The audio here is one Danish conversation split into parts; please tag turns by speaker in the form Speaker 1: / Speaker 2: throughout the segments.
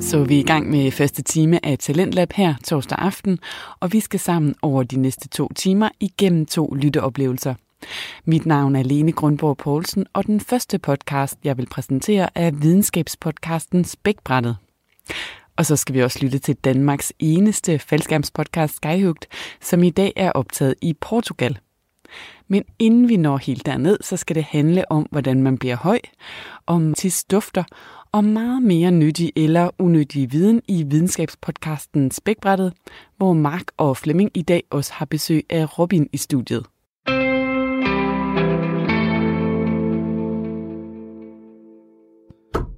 Speaker 1: Så vi er i gang med første time af Talentlab her torsdag aften, og vi skal sammen over de næste to timer igennem to lytteoplevelser. Mit navn er Lene Grundborg Poulsen, og den første podcast, jeg vil præsentere, er videnskabspodcasten Spækbrættet. Og så skal vi også lytte til Danmarks eneste faldskærmspodcast Skyhugt, som i dag er optaget i Portugal. Men inden vi når helt derned, så skal det handle om, hvordan man bliver høj, om tidsdufter og meget mere nyttig eller unyttig viden i videnskabspodcasten Spækbrættet, hvor Mark og Flemming i dag også har besøg af Robin i studiet.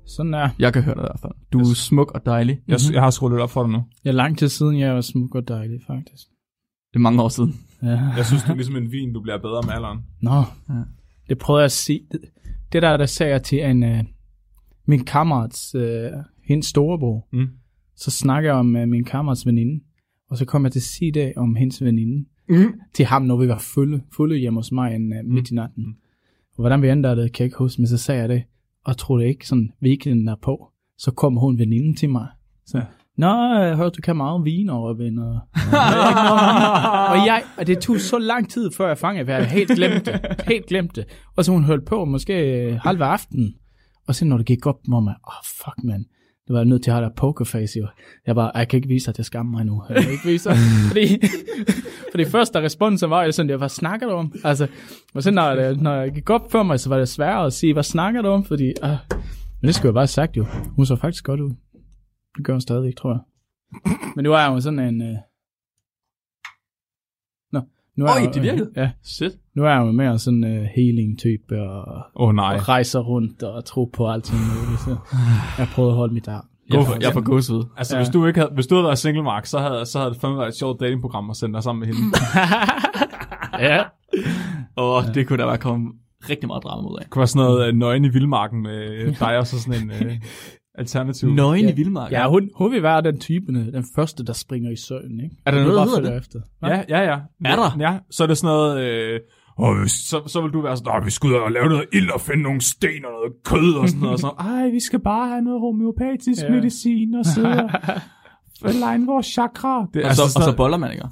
Speaker 2: Sådan der.
Speaker 3: Jeg kan høre dig i hvert fald. Du er smuk og dejlig.
Speaker 2: Jeg, mm-hmm. jeg har skruet lidt op for dig nu.
Speaker 3: Det
Speaker 2: Jeg,
Speaker 3: er
Speaker 4: lang tid siden, jeg var smuk og dejlig, faktisk.
Speaker 3: Det er mange år siden.
Speaker 4: Ja.
Speaker 2: jeg synes, du er ligesom en vin, du bliver bedre med alderen.
Speaker 4: Nå,
Speaker 3: Ja.
Speaker 4: ja. det prøvede jeg at sige. Det- Det der, der sagde jeg til en, øh, min kammerats, øh, hendes storebror.
Speaker 2: Mm.
Speaker 4: Så snakker jeg om øh, min kammerats veninde. Og så kom jeg til at sige det om hendes veninde.
Speaker 3: Mm.
Speaker 4: Til ham, når vi var fulde, fulde hjemme hos mig en, øh, midt i natten.
Speaker 2: Mm.
Speaker 4: Mm. Og hvordan vi endte det, kan jeg ikke huske, men så sagde jeg det. Og troede ikke, sådan weekenden der på, så kom hun veninden til mig. Så, Nå, øh, hør, du kan meget vin over, venner. Og, jeg, og det tog så lang tid, før jeg fangede, hvad jeg havde helt glemt det. Helt glemt det. Og så hun holdt på måske øh, halve aften. Og så når det gik op, var man, åh oh, fuck man, det var jeg nødt til at have der pokerface jo. Jeg var, jeg kan ikke vise, at jeg skammer mig nu. Jeg kan ikke vise, fordi, fordi første responsen var jo sådan, jeg, hvad snakker du om? Altså, og så når, det, når jeg gik op for mig, så var det sværere at sige, hvad snakker du om? Fordi, øh, men det skulle jeg bare have sagt jo. Hun så faktisk godt ud. Det gør hun stadigvæk, tror jeg. Men nu er jeg jo sådan en... Øh... Nå, nu er
Speaker 3: Oj,
Speaker 4: jeg, jo-
Speaker 3: det virkede.
Speaker 4: Ja,
Speaker 3: Shit.
Speaker 4: nu er jeg jo mere sådan en øh, healing-type og
Speaker 2: Åh oh, nej.
Speaker 4: og rejser rundt og tror på alting muligt. Så jeg prøvede at holde mit arm.
Speaker 3: Jeg
Speaker 2: Gå
Speaker 3: får,
Speaker 2: for-
Speaker 3: jeg får gåsved.
Speaker 2: Altså, ja.
Speaker 4: Ja.
Speaker 2: hvis, du ikke havde, hvis du havde været single, Mark, så havde, så havde det fandme været et sjovt datingprogram at sende dig sammen med hende.
Speaker 4: Ja.
Speaker 3: Åh, oh, det kunne der bare komme rigtig meget drama ud af.
Speaker 2: Det kunne være sådan noget øh, nøgen i vildmarken med øh, dig og så sådan en øh, alternativ.
Speaker 3: Nøgen i
Speaker 4: Ja.
Speaker 3: vildmarken.
Speaker 4: ja hun, hun vil være den typen, øh, den første, der springer i søen, ikke?
Speaker 3: Er der
Speaker 4: Hun
Speaker 3: noget,
Speaker 4: bare
Speaker 3: der hedder
Speaker 4: følger
Speaker 3: det?
Speaker 4: Efter.
Speaker 2: Ja, ja, ja.
Speaker 3: Er der?
Speaker 2: Ja, så er det sådan noget... Øh, og hvis, så, så vil du være sådan, "Nå, vi skal ud og lave noget ild og finde nogle sten og noget kød og sådan noget. Og så, Ej, vi skal bare have noget homeopatisk ja.
Speaker 4: Ja.
Speaker 2: medicin og sidde og line vores chakra. Det, altså
Speaker 3: Og så, og så
Speaker 2: sådan-
Speaker 3: boller man, ikke?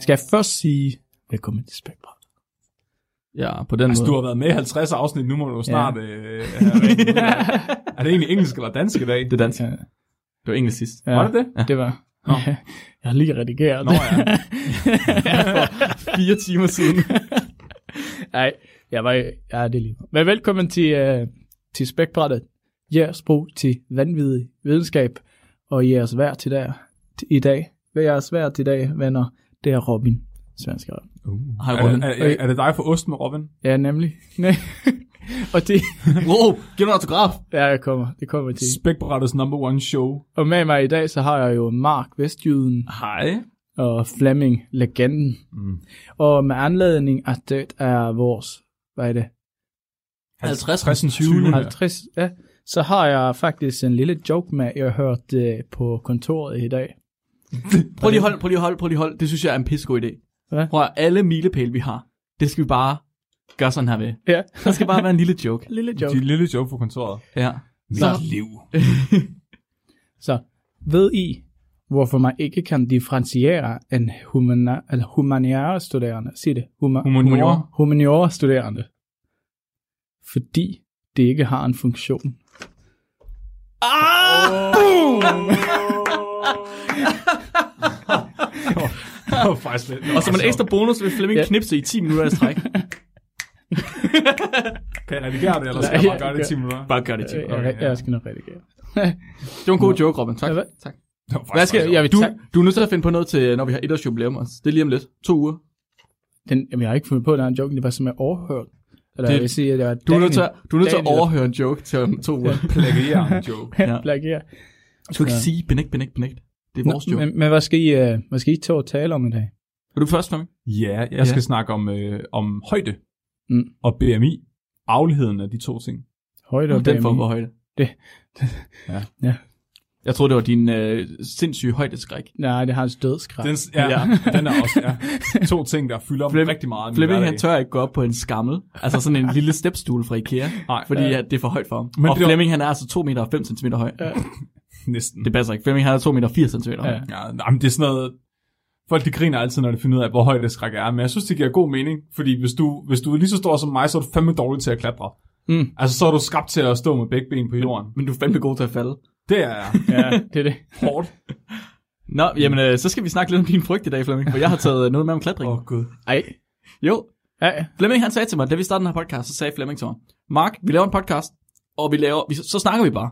Speaker 4: Skal jeg først sige, velkommen til Spækbræt.
Speaker 3: Ja, på den
Speaker 2: Altså,
Speaker 3: måde.
Speaker 2: du har været med i 50 afsnit, nu må du jo snart... Ja. Øh, have rent ud af- er det egentlig engelsk eller dansk i dag?
Speaker 3: Det er dansk.
Speaker 4: Ja.
Speaker 3: Det var engelsk sidst.
Speaker 4: Ja.
Speaker 2: Var det det?
Speaker 4: Det var...
Speaker 2: Nå.
Speaker 4: Jeg har lige redigeret
Speaker 2: Nå
Speaker 4: det.
Speaker 2: ja.
Speaker 3: Fire timer siden.
Speaker 4: Nej, jeg var... Ja, det er lige... Men velkommen til, uh, til Spækbrættet. Jeres brug til vanvittig videnskab og jeres vær til der, til, i dag. Hvad jeres vær til i dag, venner, det er Robin, svensker.
Speaker 3: Hej,
Speaker 2: Er,
Speaker 3: Robin.
Speaker 2: det, er, er det dig for ost med Robin?
Speaker 4: Ja, nemlig. Nej. og det,
Speaker 3: Wow, giv mig en autograf.
Speaker 4: ja, jeg kommer, det kommer til.
Speaker 2: Spækbrættets number one show.
Speaker 4: Og med mig i dag, så har jeg jo Mark Vestjyden
Speaker 3: Hej.
Speaker 4: og Flemming Legenden.
Speaker 2: Mm.
Speaker 4: Og med anledning af det er vores, hvad er det,
Speaker 3: 50
Speaker 2: Ja.
Speaker 4: 50, ja, så har jeg faktisk en lille joke med, jeg har hørt øh, på kontoret i dag.
Speaker 3: Prøv lige hold, prøv lige hold, prøv lige hold. Det synes jeg er en pissegod idé.
Speaker 4: Hvad?
Speaker 3: Prøv at alle milepæle, vi har, det skal vi bare gøre sådan her ved.
Speaker 4: Ja,
Speaker 3: Der skal bare være en lille joke.
Speaker 4: lille
Speaker 2: De
Speaker 4: joke.
Speaker 2: lille joke på kontoret.
Speaker 3: Ja.
Speaker 4: Så-
Speaker 2: liv.
Speaker 4: Så ved I, hvorfor man ikke kan differentiere en humana, eller humaniora studerende? Sig det. Huma,
Speaker 2: Humaniora.
Speaker 4: humaniora studerende. Fordi det ikke har en funktion.
Speaker 2: Det var faktisk lidt. Altså,
Speaker 3: Og som en ekstra bonus vil Flemming
Speaker 4: Ja.
Speaker 3: knipse i 10 minutter i træk.
Speaker 2: Kan jeg redigere det, eller skal jeg
Speaker 4: Nej,
Speaker 2: bare gøre det i
Speaker 4: ja.
Speaker 2: 10 minutter?
Speaker 3: Bare gør det til.
Speaker 4: Okay, Øh, jeg,
Speaker 2: ja.
Speaker 4: jeg skal nok redigere.
Speaker 3: Det var en god joke, Robin. Tak.
Speaker 4: Ja, hvad?
Speaker 3: tak.
Speaker 2: Det var faktisk
Speaker 3: Hvad skal,
Speaker 2: meget
Speaker 3: jeg
Speaker 2: sjovt.
Speaker 3: vil, du, du er nødt til at finde på noget til, når vi har et jubilæum også. Det er lige om lidt. To uger.
Speaker 4: Den, jamen, jeg har ikke fundet på, at der er en joke, det var som jeg overhørt. Eller
Speaker 3: Det-
Speaker 4: det, jeg vil sige, at det var
Speaker 3: Du er nødt til, at- du er nødt til at
Speaker 4: Daniel.
Speaker 3: overhøre en joke til om to uger.
Speaker 2: Plagiere en joke.
Speaker 3: Ja.
Speaker 4: ja. plagier.
Speaker 3: Du kan ikke sige benægt, benægt, benægt. Det er vores
Speaker 4: Nå,
Speaker 3: joke.
Speaker 4: Men, men hvad, skal I, øh, hvad skal I to tale om i dag?
Speaker 3: Er du først, Flemming?
Speaker 2: Ja, jeg skal snakke om, øh, om højde.
Speaker 4: Mm.
Speaker 2: og BMI, afligheden af de to ting.
Speaker 4: Højde og
Speaker 3: Det den form
Speaker 4: BMI.
Speaker 3: for højde.
Speaker 2: Ja.
Speaker 4: Ja.
Speaker 3: Jeg tror det var din øh, sindssyge højdeskræk.
Speaker 4: Nej, det har hans dødskræft.
Speaker 2: Den, ja, ja.
Speaker 3: Ja.
Speaker 2: den er også ja. to ting, der fylder op
Speaker 3: Flemming-
Speaker 2: rigtig meget. i min
Speaker 3: Flemming, han
Speaker 2: hverdag.
Speaker 3: tør ikke gå op på en skammel. Altså sådan en lille stepstol fra Ikea.
Speaker 2: Nej,
Speaker 3: Fordi
Speaker 2: ja.
Speaker 3: ja. det er for højt for ham.
Speaker 2: Men
Speaker 3: Men og
Speaker 2: det var-
Speaker 3: Flemming, han er altså 2 meter og 5 cm høj. Ja.
Speaker 2: Næsten.
Speaker 3: Det passer ikke. Flemming, han er 2 meter og 4 cm høj.
Speaker 4: Ja.
Speaker 3: Ja.
Speaker 2: Ja, nej, men det er sådan noget... Folk de griner altid, når de finder ud af, hvor høj det skræk er. Men jeg synes, det giver god mening. Fordi hvis du, hvis du er lige så stor som mig, så er du fandme dårlig til at klatre.
Speaker 4: Mm.
Speaker 2: Altså, så er du skabt til at stå med begge ben på jorden.
Speaker 3: Men du er fandme god til at falde.
Speaker 2: Det er
Speaker 4: Ja, det er det.
Speaker 2: hårdt.
Speaker 3: Nå, jamen, øh, så skal vi snakke lidt om din frygt i dag, Flemming. For jeg har taget øh, noget med om klatring.
Speaker 2: Åh, oh, gud.
Speaker 4: Ej.
Speaker 3: Jo,
Speaker 4: Ja, ja.
Speaker 3: Flemming han sagde til mig, da vi startede den her podcast, så sagde Flemming til mig, Mark, vi laver en podcast, og vi laver, vi, så snakker vi bare.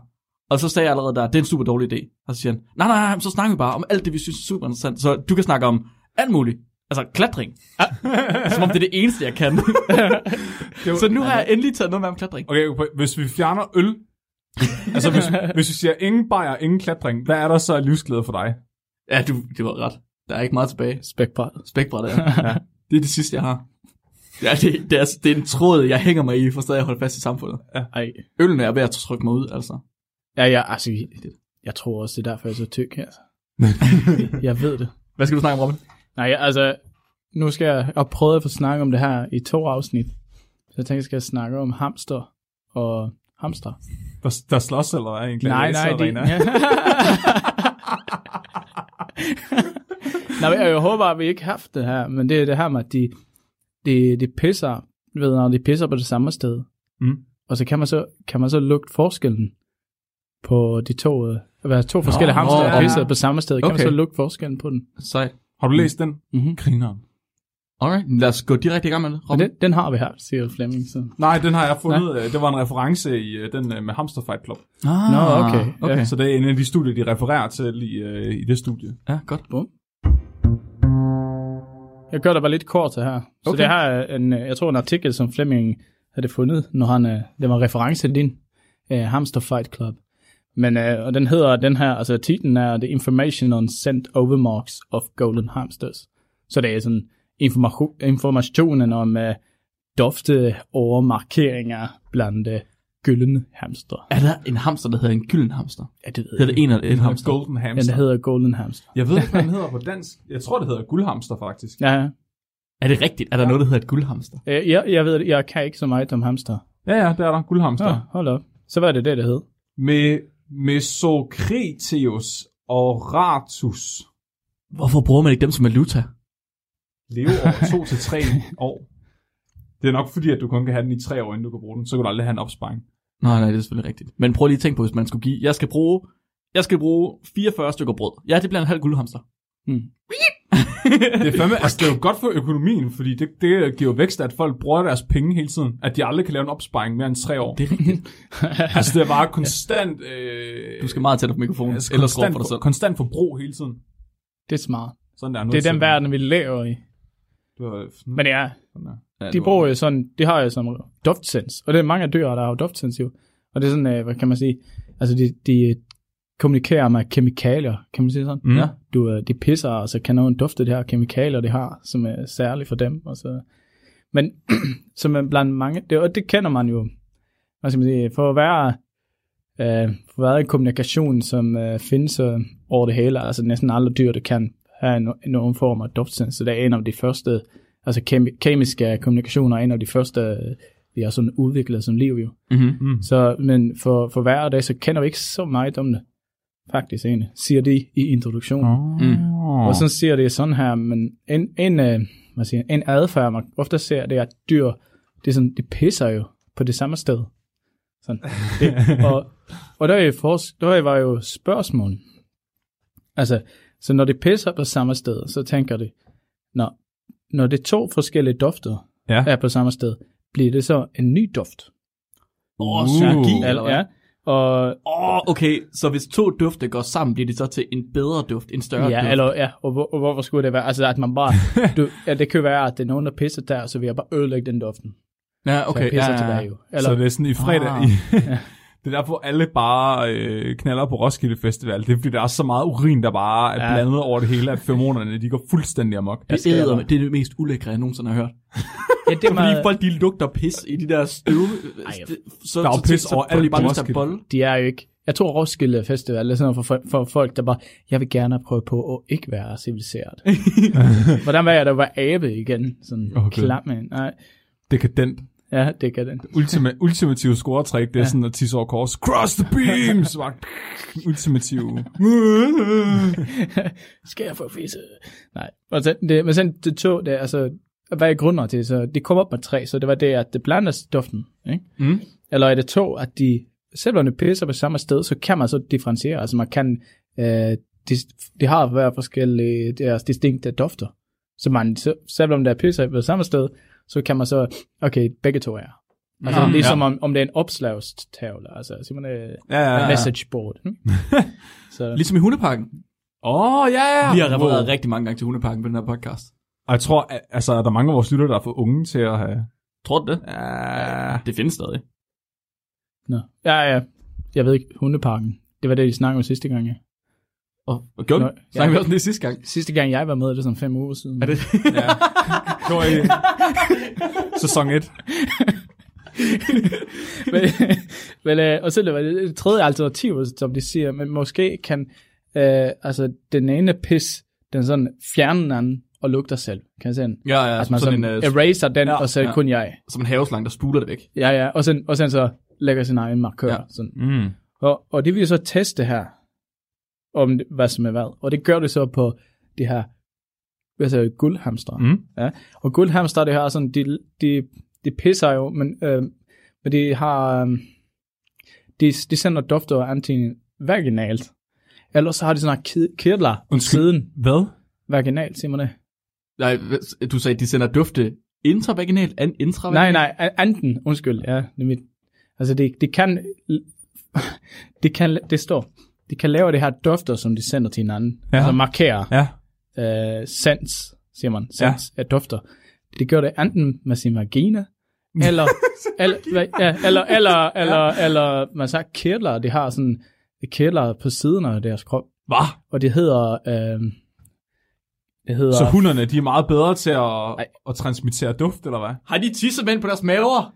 Speaker 3: Og så sagde jeg allerede der, det er en super dårlig idé. Og så siger han, nej, nej, nej, så snakker vi bare om alt det, vi synes er super interessant. Så du kan snakke om alt muligt. Altså klatring. Ah, Som om det er det eneste, jeg kan.
Speaker 2: Det var,
Speaker 3: så nu har jeg endelig taget noget med om klatring.
Speaker 2: Okay, hvis vi fjerner øl... altså, hvis, hvis vi siger ingen bajer, ingen klatring, hvad er der så af livsglæde for dig?
Speaker 3: Ja, du, det var ret. Der er ikke meget tilbage.
Speaker 4: Spækbrættet.
Speaker 3: Spækbrættet er. Ja. Det er det sidste, jeg har. Ja, det, det, er, det er en tråd, jeg hænger mig i, for stadig at holde fast i samfundet.
Speaker 4: Ej.
Speaker 3: Øllen er ved at trykke mig ud, altså.
Speaker 4: Ja, ja, altså, jeg tror også, det er derfor, jeg er så tyk her. Altså. jeg ved det.
Speaker 3: Hvad skal du snakke om, Robin?
Speaker 4: Nej, altså, nu skal jeg og prøve at få snakket om det her i to afsnit. Så jeg tænker, jeg skal snakke om hamster og hamster.
Speaker 2: Der, der slås eller hvad? i En
Speaker 4: Nej, nej, det...
Speaker 2: gladiatorarena?
Speaker 4: Ja. nej, men jeg håber, at vi ikke har haft det her, men det er det her med, at de, de, de pisser, du ved, når de pisser på det samme sted.
Speaker 2: Mm.
Speaker 4: Og så kan man så, kan man så lugte forskellen på de to, øh, hvad er det, to forskellige
Speaker 3: nå,
Speaker 4: hamster, der
Speaker 2: ja.
Speaker 4: pisser på samme sted. Kan man
Speaker 3: Okay.
Speaker 4: så lugte forskellen på den?
Speaker 3: Sejt.
Speaker 2: Har du læst den?
Speaker 4: Mhm.
Speaker 2: Grineren.
Speaker 3: Alright, lad os gå direkte i gang med det.
Speaker 4: Og
Speaker 3: Robin.
Speaker 4: den, den har vi her, siger Flemming. Så.
Speaker 2: Nej, den har jeg fundet. øh, Det var en reference i øh, den øh, med Hamster Fight Club.
Speaker 3: Ah,
Speaker 4: Nå, okay.
Speaker 3: okay.
Speaker 2: Så det er en af de studier, de refererer til i, øh, i det studie.
Speaker 3: Ja, godt.
Speaker 4: Jeg gør det bare lidt kort det her. Så
Speaker 3: Okay.
Speaker 4: det her er en, øh, jeg tror en artikel, som Flemming havde fundet, når han, øh, det var reference til din uh, Hamster Fight Club. Men øh, og den hedder den her, altså titlen er The Information on Sent Overmarks of Golden Hamsters. Så det er sådan information, informationen om uh, dofte over markeringer blandt uh, gyldne hamster.
Speaker 3: Er der en hamster, der hedder en gylden hamster?
Speaker 4: Ja, det ved
Speaker 3: Hedder det en eller en hamster?
Speaker 2: Golden
Speaker 4: Ja,
Speaker 2: Hamster.
Speaker 4: den hedder Golden Hamster.
Speaker 2: Jeg ved ikke, hvad den hedder på dansk. Jeg tror, det hedder guldhamster, faktisk.
Speaker 4: Ja, ja.
Speaker 3: Er det rigtigt? Er der noget, der hedder et guldhamster?
Speaker 4: Øh, Jeg, jeg ved, det. jeg kan ikke så meget om hamster.
Speaker 2: Ja, ja, der er der. Guldhamster.
Speaker 4: Nå,
Speaker 2: Ja.
Speaker 4: hold op. Så var det det, det hed.
Speaker 2: Med Mesocreteus og Ratus
Speaker 3: Hvorfor bruger man ikke dem som valuta?
Speaker 2: lever over 2-3 år. Det er nok fordi, at du kun kan have den i tre år, inden du kan bruge den. Så kan du aldrig have en opsparing.
Speaker 3: Nej, nej, det er selvfølgelig rigtigt. Men prøv lige at tænke på, hvis man skulle give... Jeg skal bruge, jeg skal bruge 44 stykker brød. Ja, det bliver en halv guldhamster.
Speaker 4: Mm.
Speaker 2: Det er, fandme, altså, det er jo godt for økonomien, fordi det, det giver jo vækst, at folk bruger deres penge hele tiden. At de aldrig kan lave en opsparing mere end tre år.
Speaker 3: Det er rigtigt.
Speaker 2: Altså, det er bare konstant... Øh,
Speaker 3: Du skal meget tæt på mikrofonen,
Speaker 2: altså,
Speaker 3: ellers råb
Speaker 2: konstant,
Speaker 3: for dig selv.
Speaker 2: konstant forbrug hele tiden.
Speaker 4: Det er smart.
Speaker 2: Sådan der. nu
Speaker 4: Det er den
Speaker 2: til-
Speaker 4: verden, vi lever i.
Speaker 2: Det var-
Speaker 4: Men ja,
Speaker 2: sådan der.
Speaker 3: Ja,
Speaker 4: de
Speaker 3: du-
Speaker 4: bruger jo sådan, de har jo som duftsens, og det er mange af dyr, der har jo duftsens jo. Og det er sådan, øh, hvad kan man sige, altså de, de øh, kommunikerer med kemikalier, kan man sige sådan.
Speaker 2: Mm.
Speaker 3: Ja.
Speaker 4: Du, øh, de pisser, og så kan nogen dufte det her kemikalier, de har, som er særligt for dem. Og så. Men som er blandt mange, det, og det kender man jo, hvad skal man sige, for at være, øh, for at være i kommunikation, som øh, findes øh, over det hele, altså næsten alle dyr, der kan have en, nogen form af duftsens, så det er en af de første, altså kemi- kemiske kommunikationer er en af de første, øh, vi har sådan udviklet som liv jo.
Speaker 3: Mhm.
Speaker 4: Så, men for, for hver dag, så kender vi ikke så meget om det, faktisk egentlig, siger de i introduktionen.
Speaker 3: Mm.
Speaker 4: Og så siger det sådan her, men en, en, øh, hvad siger, jeg, en adfærd, man ofte ser, det er, at dyr, det er sådan, de pisser jo på det samme sted. Sådan. Det, og, og der, er jo fors, der var jo spørgsmål. Altså, så når det pisser på samme sted, så tænker det, når, når det to forskellige dufter
Speaker 2: Ja.
Speaker 4: ja.
Speaker 3: Øh,
Speaker 4: er på samme sted, bliver det så en ny duft?
Speaker 3: Åh,
Speaker 2: Uh.
Speaker 3: synergi, eller hvad?
Speaker 4: Ja, og,
Speaker 3: Åh, okay. Så hvis to dufte går sammen, bliver det så til en bedre duft, en større duft?
Speaker 4: Ja, eller, ja og, hvor, og hvorfor skulle det være? Altså, at man bare... Du, ja, det kan jo være, at det er nogen, der pisser der, så vil jeg bare ødelægge den duften. Okay, så
Speaker 3: Ja, okay.
Speaker 4: jeg pisser
Speaker 3: ja, ja, ja.
Speaker 4: tilbage jo. Eller,
Speaker 2: Eller... Så det er sådan i fredag.
Speaker 3: Ah.
Speaker 2: I, det er derfor, alle bare øh, knaller på Roskilde Festival. Det er fordi, der er så meget urin, der bare er
Speaker 4: Ja.
Speaker 2: blandet over det hele, at femonerne, de går fuldstændig amok.
Speaker 3: Det, æder, det er det mest ulækre, jeg nogensinde har hørt.
Speaker 4: Ja, det
Speaker 3: Det
Speaker 4: er
Speaker 3: er fordi
Speaker 4: meget,
Speaker 3: folk, de lugter pis i de der støv.
Speaker 4: Ej,
Speaker 3: Ej, så,
Speaker 2: Der er jo pis
Speaker 3: får
Speaker 2: overalt
Speaker 3: de
Speaker 2: på
Speaker 3: bare lyst til at
Speaker 2: Roskilde.
Speaker 3: bolle.
Speaker 4: de er jo ikke... Jeg tror Roskilde Festival er sådan noget for, fol- for folk, der bare, jeg vil gerne prøve på at ikke være civiliseret. Hvordan var jeg, der var abe igen? Sådan
Speaker 2: Åh, Gud.
Speaker 4: okay. klam en. Nej,
Speaker 2: Dekadent.
Speaker 4: ja, det kan den.
Speaker 2: Ultima, ultimative scoretræk, det er ja. sådan at tisse over kors. Cross the beam! Så bare, ultimative.
Speaker 4: Skal jeg få fisse? Nej. Og så, det, men sådan det tog, det, er altså, hvad er grunden til? Så det kom op med træ, så det var det, at det blander duften. Ikke?
Speaker 3: Mm.
Speaker 4: Eller er det to, at de, selvom det pisser på samme sted, så kan man så differentiere. Altså man kan, øh, de, de har hver forskellige deres distinkte dufter. Så man, så, selvom der er pisser på samme sted, så kan man så, okay, begge to er. Altså
Speaker 2: Ah,
Speaker 3: Mm.
Speaker 4: ligesom om, om det er en opslagstavle, altså simpelthen øh,
Speaker 2: Ja, ja, ja.
Speaker 4: message board. hm? så.
Speaker 3: Ligesom i hundeparken.
Speaker 2: Åh, oh, ja, ja.
Speaker 3: Vi har refereret
Speaker 2: Wow.
Speaker 3: rigtig mange gange til hundeparken på den her podcast.
Speaker 2: Og jeg tror, at, altså, at der er mange af vores lytter, der har fået unge til at have...
Speaker 3: Tror du det?
Speaker 2: Ja.
Speaker 3: Det findes stadig.
Speaker 4: Nå. Ja, ja. Jeg ved ikke, hundeparken. Det var det, de snakkede om sidste gang. Ja.
Speaker 3: Og, og gjorde
Speaker 4: Nå,
Speaker 3: vi? Snakkede
Speaker 4: ja.
Speaker 3: vi også om det sidste gang?
Speaker 4: Sidste gang, jeg var med, det var sådan fem uger siden.
Speaker 3: Er det?
Speaker 2: ja. Det var i sæson 1.
Speaker 4: men, men, øh, og så det var det det tredje alternativ, som de siger, men måske kan øh, altså, den ene pis, den sådan fjerne den anden og lukke dig selv. Kan jeg se den?
Speaker 3: Ja, ja,
Speaker 4: Altså,
Speaker 3: som
Speaker 4: man
Speaker 3: sådan,
Speaker 4: sådan,
Speaker 3: en, øh,
Speaker 4: sådan eraser den,
Speaker 3: ja,
Speaker 4: ja, og så
Speaker 3: ja.
Speaker 4: ja. kun jeg.
Speaker 3: som en haveslang, der spuler det væk.
Speaker 4: Ja, ja. Og sen, og sen så lægger sin egen markør.
Speaker 3: Ja.
Speaker 4: Ja. Sådan.
Speaker 2: Mm.
Speaker 4: Og, og det vil så teste her, om det- hvad som er hvad. Og det gør det så på det her altså guldhamster.
Speaker 2: Mm.
Speaker 4: Ja. Og guldhamster, det har sådan, de, de, de pisser jo, men, øh, men de har, øh, de, de sender dufter enten vaginalt, eller så har de sådan nogle kid- kirtler på
Speaker 2: Undskyld.
Speaker 4: siden
Speaker 2: Hvad?
Speaker 4: vaginalt, siger man det.
Speaker 3: Nej, hvad- du sagde, de sender dufte intravaginalt, an
Speaker 4: Nej,
Speaker 3: intravaginalt.
Speaker 4: nej, a- anden, undskyld, ja, det er mit, altså det, det kan, det kan, det står, de kan lave det her dufter, som de sender til hinanden,
Speaker 2: Ja.
Speaker 4: ja. altså markerer
Speaker 2: Ja.
Speaker 4: øh, sans, siger man, sans ja. af dufter. Det gør det enten med sin vagina, eller, eller, hvad- ja, eller, eller, eller, eller, man sagt kirtler, de har sådan kirtler på siden af deres krop,
Speaker 2: Hvad?
Speaker 4: og det hedder, øh, det hedder,
Speaker 2: Så hunderne, de er meget bedre til at,
Speaker 4: Ej.
Speaker 2: at transmittere duft, eller hvad?
Speaker 3: Har de tissemænd på deres maver?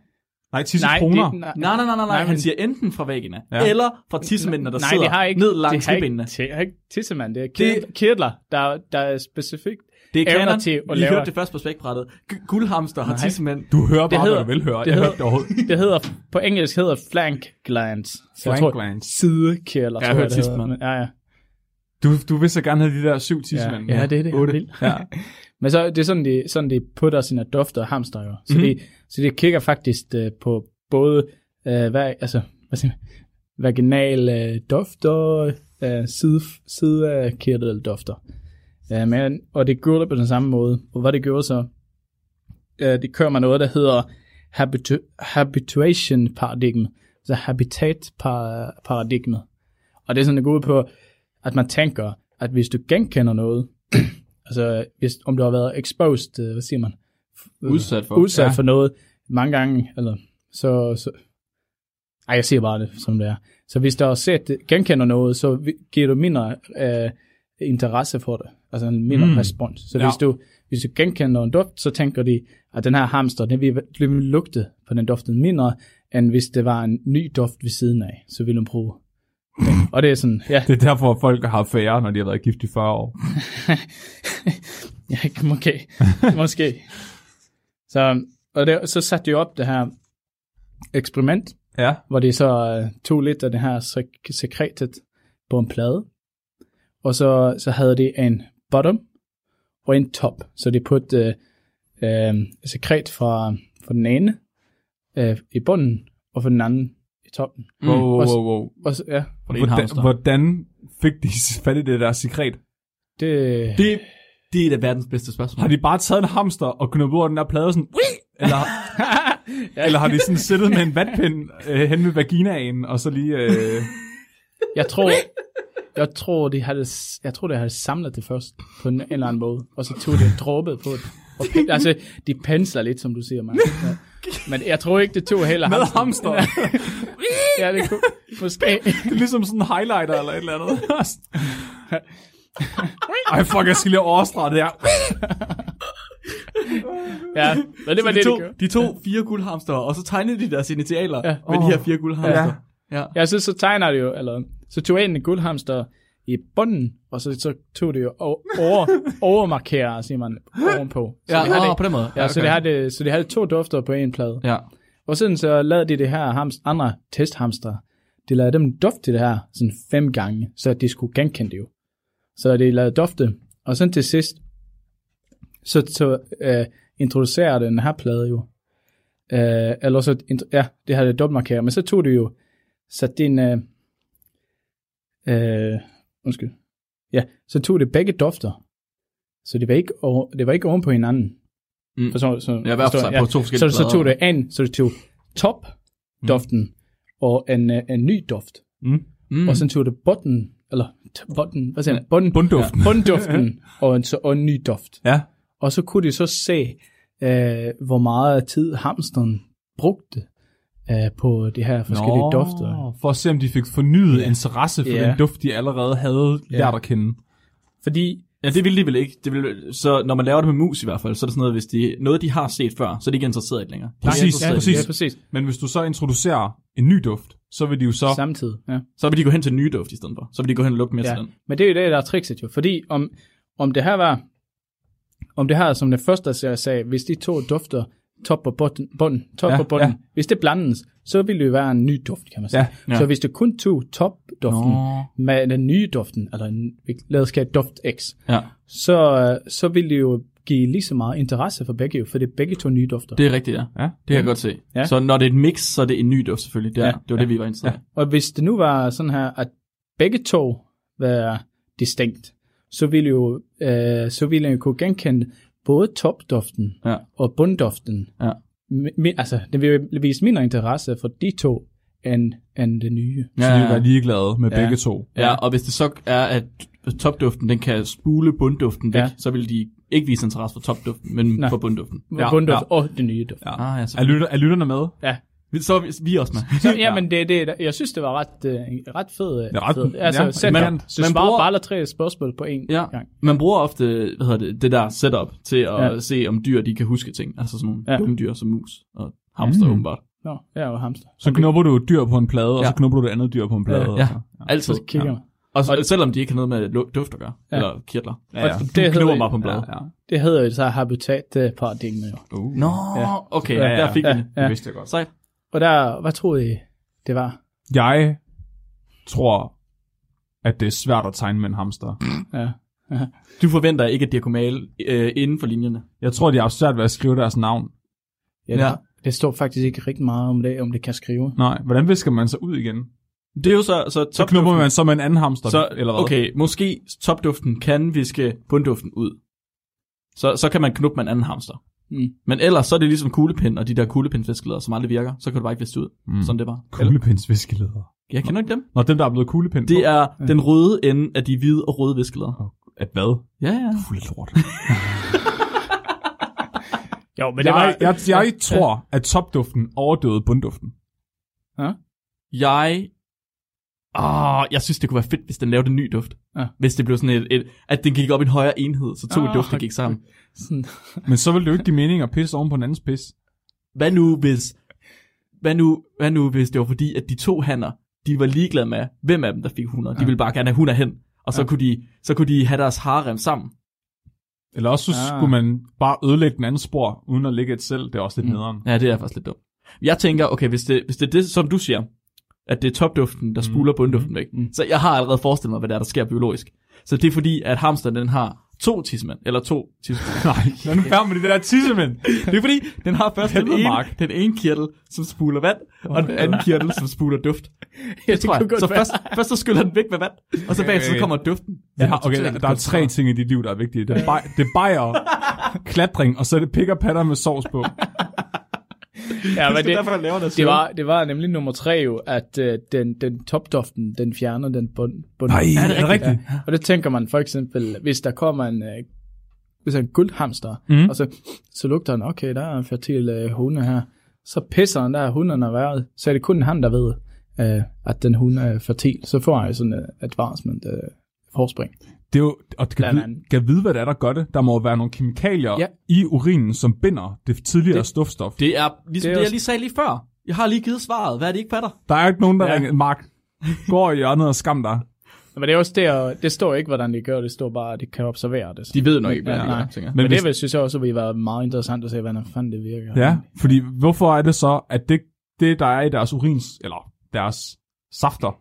Speaker 2: Nej, tisse
Speaker 4: nej,
Speaker 2: kroner.
Speaker 4: det, nej,
Speaker 3: Nej, nej, nej, nej, nej.
Speaker 4: Nej,
Speaker 3: Han
Speaker 4: men-
Speaker 3: siger enten fra væggene,
Speaker 2: Ja.
Speaker 3: eller fra tissemændene, der
Speaker 4: nej,
Speaker 3: sidder
Speaker 4: det har ikke,
Speaker 3: ned langs
Speaker 4: det har
Speaker 3: benene.
Speaker 4: ikke, det har ikke tissemand, det er kirtler, kirtler der, der er specifikt.
Speaker 3: Det er
Speaker 4: evner
Speaker 3: kanon.
Speaker 4: til at
Speaker 3: Vi
Speaker 4: lave-
Speaker 3: hørte det først på spækbrættet. Gu- Guldhamster har tissemænd.
Speaker 2: Du hører
Speaker 4: Det
Speaker 2: bare,
Speaker 4: hedder-
Speaker 2: hvad du vil høre.
Speaker 4: det
Speaker 2: Jeg
Speaker 4: hedder-
Speaker 2: hørte det overhovedet.
Speaker 4: Det hedder, på engelsk hedder flank glands. Så jeg
Speaker 2: Flank
Speaker 4: tror,
Speaker 2: glands.
Speaker 4: Sidekirtler,
Speaker 3: Ja,
Speaker 4: tror
Speaker 3: jeg
Speaker 4: det hedder,
Speaker 3: hørte tissemand.
Speaker 4: men- Ja, ja.
Speaker 2: Du, du vil så gerne have de der syv tissemænd.
Speaker 4: Ja, ja, det er det, jeg
Speaker 2: Otte.
Speaker 4: vil.
Speaker 2: Ja.
Speaker 4: Men så det er sådan, de, sådan, de putter sine dufter og hamster jo. Så,
Speaker 3: Mhm.
Speaker 4: mm-hmm. de, så de kigger faktisk øh, på både øh, hvad, altså, hvad siger, man, vaginale øh, dufter, øh, side, sidekirtel dufter. Øh, men, og det gjorde det på den samme måde. Og hvad det gjorde så, øh, det kører man noget, der hedder habitu- habituation paradigme. Altså habitat par- paradigme. Og det er sådan, det går ud på, at man tænker, at hvis du genkender noget, altså hvis, om du har været exposed, øh, hvad siger man?
Speaker 3: Udsat for.
Speaker 4: Udsat
Speaker 2: ja.
Speaker 4: ja. for noget mange gange, eller så, så... Ej, jeg siger bare det, som det er. Så hvis du har set, genkender noget, så vi- giver du mindre øh, interesse for det. Altså en mindre
Speaker 2: Mm.
Speaker 4: mm. respons. Så
Speaker 2: Ja.
Speaker 4: ja. hvis, du, hvis du genkender en duft, så tænker de, at den her hamster, den vil vil lugte på den duften mindre, end hvis det var en ny duft ved siden af, så ville hun prøve. den. Og det er sådan, ja.
Speaker 2: Det er derfor, at folk har affære, når de har været gift i 40 år.
Speaker 4: Ja, ikke- måske. måske. Så, og det, så satte de op det her eksperiment,
Speaker 2: Ja.
Speaker 4: hvor de så øh, tog lidt af det her sek- sekretet på en plade, og så, så havde de en bottom og en top, så de putte øh, øh, sekret fra, fra den ene øh, i bunden, og fra den anden i toppen.
Speaker 3: Mm.
Speaker 2: Wow, wow,
Speaker 4: Også-
Speaker 2: wow, wow.
Speaker 4: Og så, ja,
Speaker 3: For det er en
Speaker 2: Hvordan,
Speaker 3: hamster.
Speaker 2: hvordan fik de fat i det der sekret?
Speaker 4: det,
Speaker 3: Det, det er da verdens bedste spørgsmål.
Speaker 2: Har de bare taget en hamster og knuppet ud af den der plade og sådan, "Wii!" eller, eller har de sådan siddet med en vatpind øh, hen ved vaginaen, og så lige... Øh,
Speaker 4: Jeg tror, jeg tror, de havde, jeg tror, de havde samlet det først på en eller anden måde, og så tog det en dråbe på det. Og pen, altså, de pensler lidt, som du siger, Mark. Ja. Men jeg tror ikke, det tog heller
Speaker 2: med
Speaker 4: hamster.
Speaker 2: hamster?
Speaker 4: Ja, det kunne, måske.
Speaker 2: det er ligesom sådan en highlighter eller et eller andet. Ej, fuck, jeg skal lige overstrege det her.
Speaker 4: Ja, så det
Speaker 3: Så
Speaker 4: var
Speaker 3: de,
Speaker 4: det,
Speaker 3: to,
Speaker 4: det gjorde.
Speaker 3: de to fire guldhamster, og så tegnede de deres initialer ja.
Speaker 4: Ja.
Speaker 3: med de her fire guldhamster. Ja. ja.
Speaker 4: Ja, så, så tegner det jo, eller så tog jeg en guldhamster i bunden, og så, så tog det jo o- over, overmarkerer, siger man, ovenpå. Så,
Speaker 3: Ja,
Speaker 4: det, har
Speaker 3: ja,
Speaker 4: det,
Speaker 3: åh, på den måde.
Speaker 4: ja, så, det, har det, så det havde to dufter på en plade.
Speaker 3: Ja.
Speaker 4: Og sådan så lavede de det her hamst, andre testhamster. De lavede dem dufte til det her sådan fem gange, så de skulle genkende det jo. Så de lavede dufte. Og sådan til sidst, så, så øh, introducerer den her plade jo. Øh, eller så, int- ja, det havde det dobbeltmarkeret, men så tog det jo, så din, øh, øh, undskyld, ja, så tog det begge dufter. Så det var ikke, over, det var ikke oven på hinanden.
Speaker 3: Mm.
Speaker 4: Forstår, så,
Speaker 3: Ja, hver for
Speaker 4: forstår-
Speaker 3: sig, på to forskellige
Speaker 4: så, så tog
Speaker 3: plader.
Speaker 4: det an, så det tog top-duften og en, øh, en ny duft.
Speaker 3: Mm.
Speaker 4: Mm. Og så tog det bunden, eller t- bunden, hvad siger jeg? Bunden,
Speaker 2: Bundduften.
Speaker 4: Ja, bundduften og, en, så, og en ny duft.
Speaker 2: Ja.
Speaker 4: Og så kunne de så se, øh, hvor meget tid hamsteren brugte øh, på de her forskellige Nå. dufter.
Speaker 2: For at se, om de fik fornyet yeah. interesse for
Speaker 4: Ja.
Speaker 2: yeah. den duft, de allerede havde yeah. lært at kende.
Speaker 4: Fordi,
Speaker 3: Ja, det ville de vel ikke. Det ville, så når man laver det med mus i hvert fald, så er det sådan noget, hvis de, noget de har set før, så er de ikke interesseret i det længere. De er
Speaker 2: Præcis,
Speaker 3: ikke interesseret
Speaker 4: ja,
Speaker 3: i det.
Speaker 2: præcis.
Speaker 4: præcis. Ja, præcis.
Speaker 2: Men hvis du så introducerer en ny duft, så vil de jo så...
Speaker 4: Samtidig, ja.
Speaker 3: Så vil de gå hen til den nye duft i stedet for. Så vil de gå hen og lukke mere
Speaker 4: ja.
Speaker 3: til den.
Speaker 4: Men det er jo det, der er trickset jo. Fordi om, om det her var, om det her, som det første serie sagde, hvis de to dufter top og bunden, bunden top
Speaker 2: Ja,
Speaker 4: ja, og bunden,
Speaker 2: ja.
Speaker 4: ja. hvis det blandes, så ville det jo være en ny duft, kan man sige.
Speaker 2: Ja,
Speaker 3: ja.
Speaker 4: Så hvis det kun tog topduften
Speaker 3: Nå.
Speaker 4: med den nye duften, eller en- lad os kalde det duft X,
Speaker 3: Ja,
Speaker 4: så, øh, så ville det jo give lige så meget interesse for begge, jo, for det er begge to nye dufter.
Speaker 3: det er rigtigt, ja.
Speaker 2: Ja.
Speaker 3: Det kan jeg godt se. Ja.
Speaker 4: Ja.
Speaker 3: Så når det er et mix, så er det en ny duft selvfølgelig. Det, er,
Speaker 2: Ja.
Speaker 3: ja. det var det, vi var interesseret i.
Speaker 4: Og hvis det nu var sådan her, at begge to var distinkt, så ville jo øh, så ville jeg jo kunne genkende både topduften
Speaker 3: Ja.
Speaker 4: og bundduften.
Speaker 3: Ja.
Speaker 4: Mi- Mi, altså, det vil jo vise mindre interesse for de to, end, end det nye.
Speaker 2: Så
Speaker 3: Ja,
Speaker 2: de
Speaker 3: ja,
Speaker 2: vil være ligeglade med
Speaker 4: Ja.
Speaker 2: begge to.
Speaker 3: Ja. ja, og hvis det så er, at topduften, den kan spule bundduften væk, ja.
Speaker 4: Ja.
Speaker 3: så vil de ikke vise interesse for topduften, men Nej.
Speaker 4: Nej.
Speaker 3: for bundduften.
Speaker 4: Ja, bundduften ja. og det nye duft.
Speaker 2: Ja.
Speaker 3: Ah, ja, så,
Speaker 2: Er, lytter, er lytterne med?
Speaker 4: Ja.
Speaker 3: så er vi, vi er også med.
Speaker 4: Så, jamen, det, det, jeg synes, det var ret, øh, en ret fed. øh,
Speaker 2: Ja, ret-
Speaker 4: fed. Altså,
Speaker 2: ja,
Speaker 4: ja, sæt,
Speaker 2: man-
Speaker 4: man, så
Speaker 3: man
Speaker 4: man
Speaker 3: bruger-
Speaker 4: bare, bare tre spørgsmål på én
Speaker 3: Ja.
Speaker 4: gang.
Speaker 3: Man bruger ofte hvad hedder det, det der setup til at ja.
Speaker 4: Ja.
Speaker 3: se, om dyr de kan huske ting. Altså sådan nogle ja.
Speaker 4: Ja.
Speaker 3: dumme dyr som mus og hamster
Speaker 2: Mm.
Speaker 3: mm. åbenbart.
Speaker 4: Nå, jeg er jo hamster.
Speaker 2: Så knupper du et dyr på en plade, ja. og så
Speaker 3: Ja.
Speaker 2: knupper du et andet dyr på en plade.
Speaker 4: Ja.
Speaker 2: og
Speaker 3: Ja,
Speaker 2: så-
Speaker 3: altid.
Speaker 4: Så kigger
Speaker 3: ja.
Speaker 4: ja. man.
Speaker 3: Og så, selvom de ikke har noget med lu- duft at gøre, ja. eller kirtler.
Speaker 2: Ja, ja.
Speaker 4: Og
Speaker 3: Det
Speaker 4: hedder-
Speaker 3: knurrer mig på en blad.
Speaker 2: ja.
Speaker 4: Det hedder jo så habitat-paradigmet jo.
Speaker 2: Uh.
Speaker 3: Nå,
Speaker 4: Ja.
Speaker 3: okay,
Speaker 2: Ja, ja,
Speaker 3: der fik vi
Speaker 4: ja.
Speaker 3: det.
Speaker 2: Det vidste jeg godt.
Speaker 3: Sejt.
Speaker 4: Og der, hvad troede I, det var?
Speaker 2: Jeg tror, at det er svært at tegne med en hamster.
Speaker 4: Ja.
Speaker 3: Du forventer ikke, at de er kommunale øh, inden for linjerne.
Speaker 2: Jeg tror, de har haft svært ved at skrive deres navn.
Speaker 4: Ja, det,
Speaker 3: Ja.
Speaker 4: ja. det står faktisk ikke rigtig meget om det, om det kan skrive.
Speaker 2: Nej, hvordan visker man sig ud igen?
Speaker 3: Det er jo så, så
Speaker 2: Så knupper man så med en anden hamster,
Speaker 3: så,
Speaker 2: eller hvad?
Speaker 3: Okay, måske topduften kan viske bundduften ud. Så, så kan man knuppe med en anden hamster.
Speaker 4: Mm.
Speaker 3: Men ellers så er det ligesom kuglepind og de der kuglepindfiskeleder, som aldrig virker. Så kan du bare ikke viske det ud.
Speaker 2: Mm.
Speaker 3: Sådan det var. Eller,
Speaker 2: Kuglepindsviskeleder.
Speaker 3: Hmm. jeg kender ikke dem.
Speaker 2: Nå, dem, der er blevet kuglepind
Speaker 3: Det
Speaker 2: på.
Speaker 3: er den røde ende af de hvide og røde viskeleder.
Speaker 2: At hvad?
Speaker 3: Ja, ja.
Speaker 2: Fuld af lort.
Speaker 4: Jo, men
Speaker 2: Jeg, jeg, jeg tror, at topduften overdøde bundduften.
Speaker 3: Jeg... Åh, jeg synes, det kunne være fedt, hvis den lavede en ny duft.
Speaker 4: Ja.
Speaker 3: Hvis det blev sådan et, et... At den gik op i en højere enhed, så to
Speaker 4: Ah,
Speaker 3: dufte gik sammen.
Speaker 4: Sådan,
Speaker 2: Men så ville det jo ikke give mening at pisse oven på en andens pis.
Speaker 3: Hvad nu hvis... Hvad nu, hvad nu hvis det var fordi, at de to hanner, de var ligeglade med, hvem af dem, der fik hunder. De ville bare gerne have hunder hen. Og så, kunne de, så kunne de have deres harem sammen.
Speaker 2: Eller også så
Speaker 4: Ah.
Speaker 2: skulle man bare ødelægge den anden spor, uden at lægge et selv. Det er også lidt
Speaker 4: Mm.
Speaker 2: nederen.
Speaker 3: Ja, det er faktisk lidt dumt. Jeg tænker, okay, hvis det, hvis det er det, som du siger, at det er topduften, der spuler bundduften væk.
Speaker 4: Mm.
Speaker 3: Så jeg har allerede forestillet mig, hvad der er, der sker biologisk. Så det er fordi, at hamsteren den har to tismænd, eller to tismænd.
Speaker 2: Nej, lad nu være med det der tissemænd.
Speaker 3: Det er fordi, den har først den
Speaker 2: Helvede,
Speaker 3: ene,
Speaker 2: Mark.
Speaker 3: den ene kirtel, som spuler vand, og den anden kirtel, som spuler duft.
Speaker 4: ja,
Speaker 3: Det tror jeg. Så først, først så skyller den væk med vand, og så bagefter så
Speaker 2: okay.
Speaker 3: kommer duften.
Speaker 2: Ja, okay, der, der er tre ting i dit liv, der er vigtige. Det er, baj, det er bajer, klatring, og så er det pick og patter med sovs på.
Speaker 4: ja, men det,
Speaker 3: derfor, han laver deres
Speaker 4: det, var, det var nemlig nummer tre jo, at øh, den, den topduften, den fjerner den bund. bund.
Speaker 2: er det rigtigt?
Speaker 4: Ja. Og det tænker man for eksempel, hvis der kommer en, øh, hvis der er en guldhamster,
Speaker 2: Mhm.
Speaker 4: mm. og så, så lugter han, okay, der er en fertil øh, hunde her. Så pisser han, der er hunderne været, så er det kun han, der ved, øh, at den hund er fertil. Så får han jo sådan øh, et varsmændt øh, forspring.
Speaker 2: Det er jo, og det kan,
Speaker 4: Blandt
Speaker 2: vide,
Speaker 4: andet.
Speaker 2: kan vide, hvad det er, der gør det. Der må jo være nogle kemikalier ja.
Speaker 4: Ja.
Speaker 2: i urinen, som binder det tidligere det, stofstof. Det,
Speaker 3: Det er ligesom
Speaker 4: Det er
Speaker 3: det, det jeg
Speaker 4: også-
Speaker 3: lige sagde lige før. Jeg har lige givet svaret. Hvad er det, I ikke fatter?
Speaker 2: der er jo ikke nogen, der ja.
Speaker 4: Ja.
Speaker 2: ringer, Mark, går i hjørnet og skam dig.
Speaker 4: Men det er også der, det står ikke, hvordan de gør, det står bare, at de kan observere det.
Speaker 3: De ved nok
Speaker 4: Men-
Speaker 3: ikke, hvad
Speaker 4: ja,
Speaker 3: det
Speaker 4: nej.
Speaker 3: er, tænker jeg.
Speaker 4: Men,
Speaker 2: Men
Speaker 4: men
Speaker 2: hvis-
Speaker 4: det vil, synes jeg også, vil være meget interessant at se, hvordan fanden det virker.
Speaker 2: Ja, fordi hvorfor er det så, at det, det der er i deres urins, eller deres safter,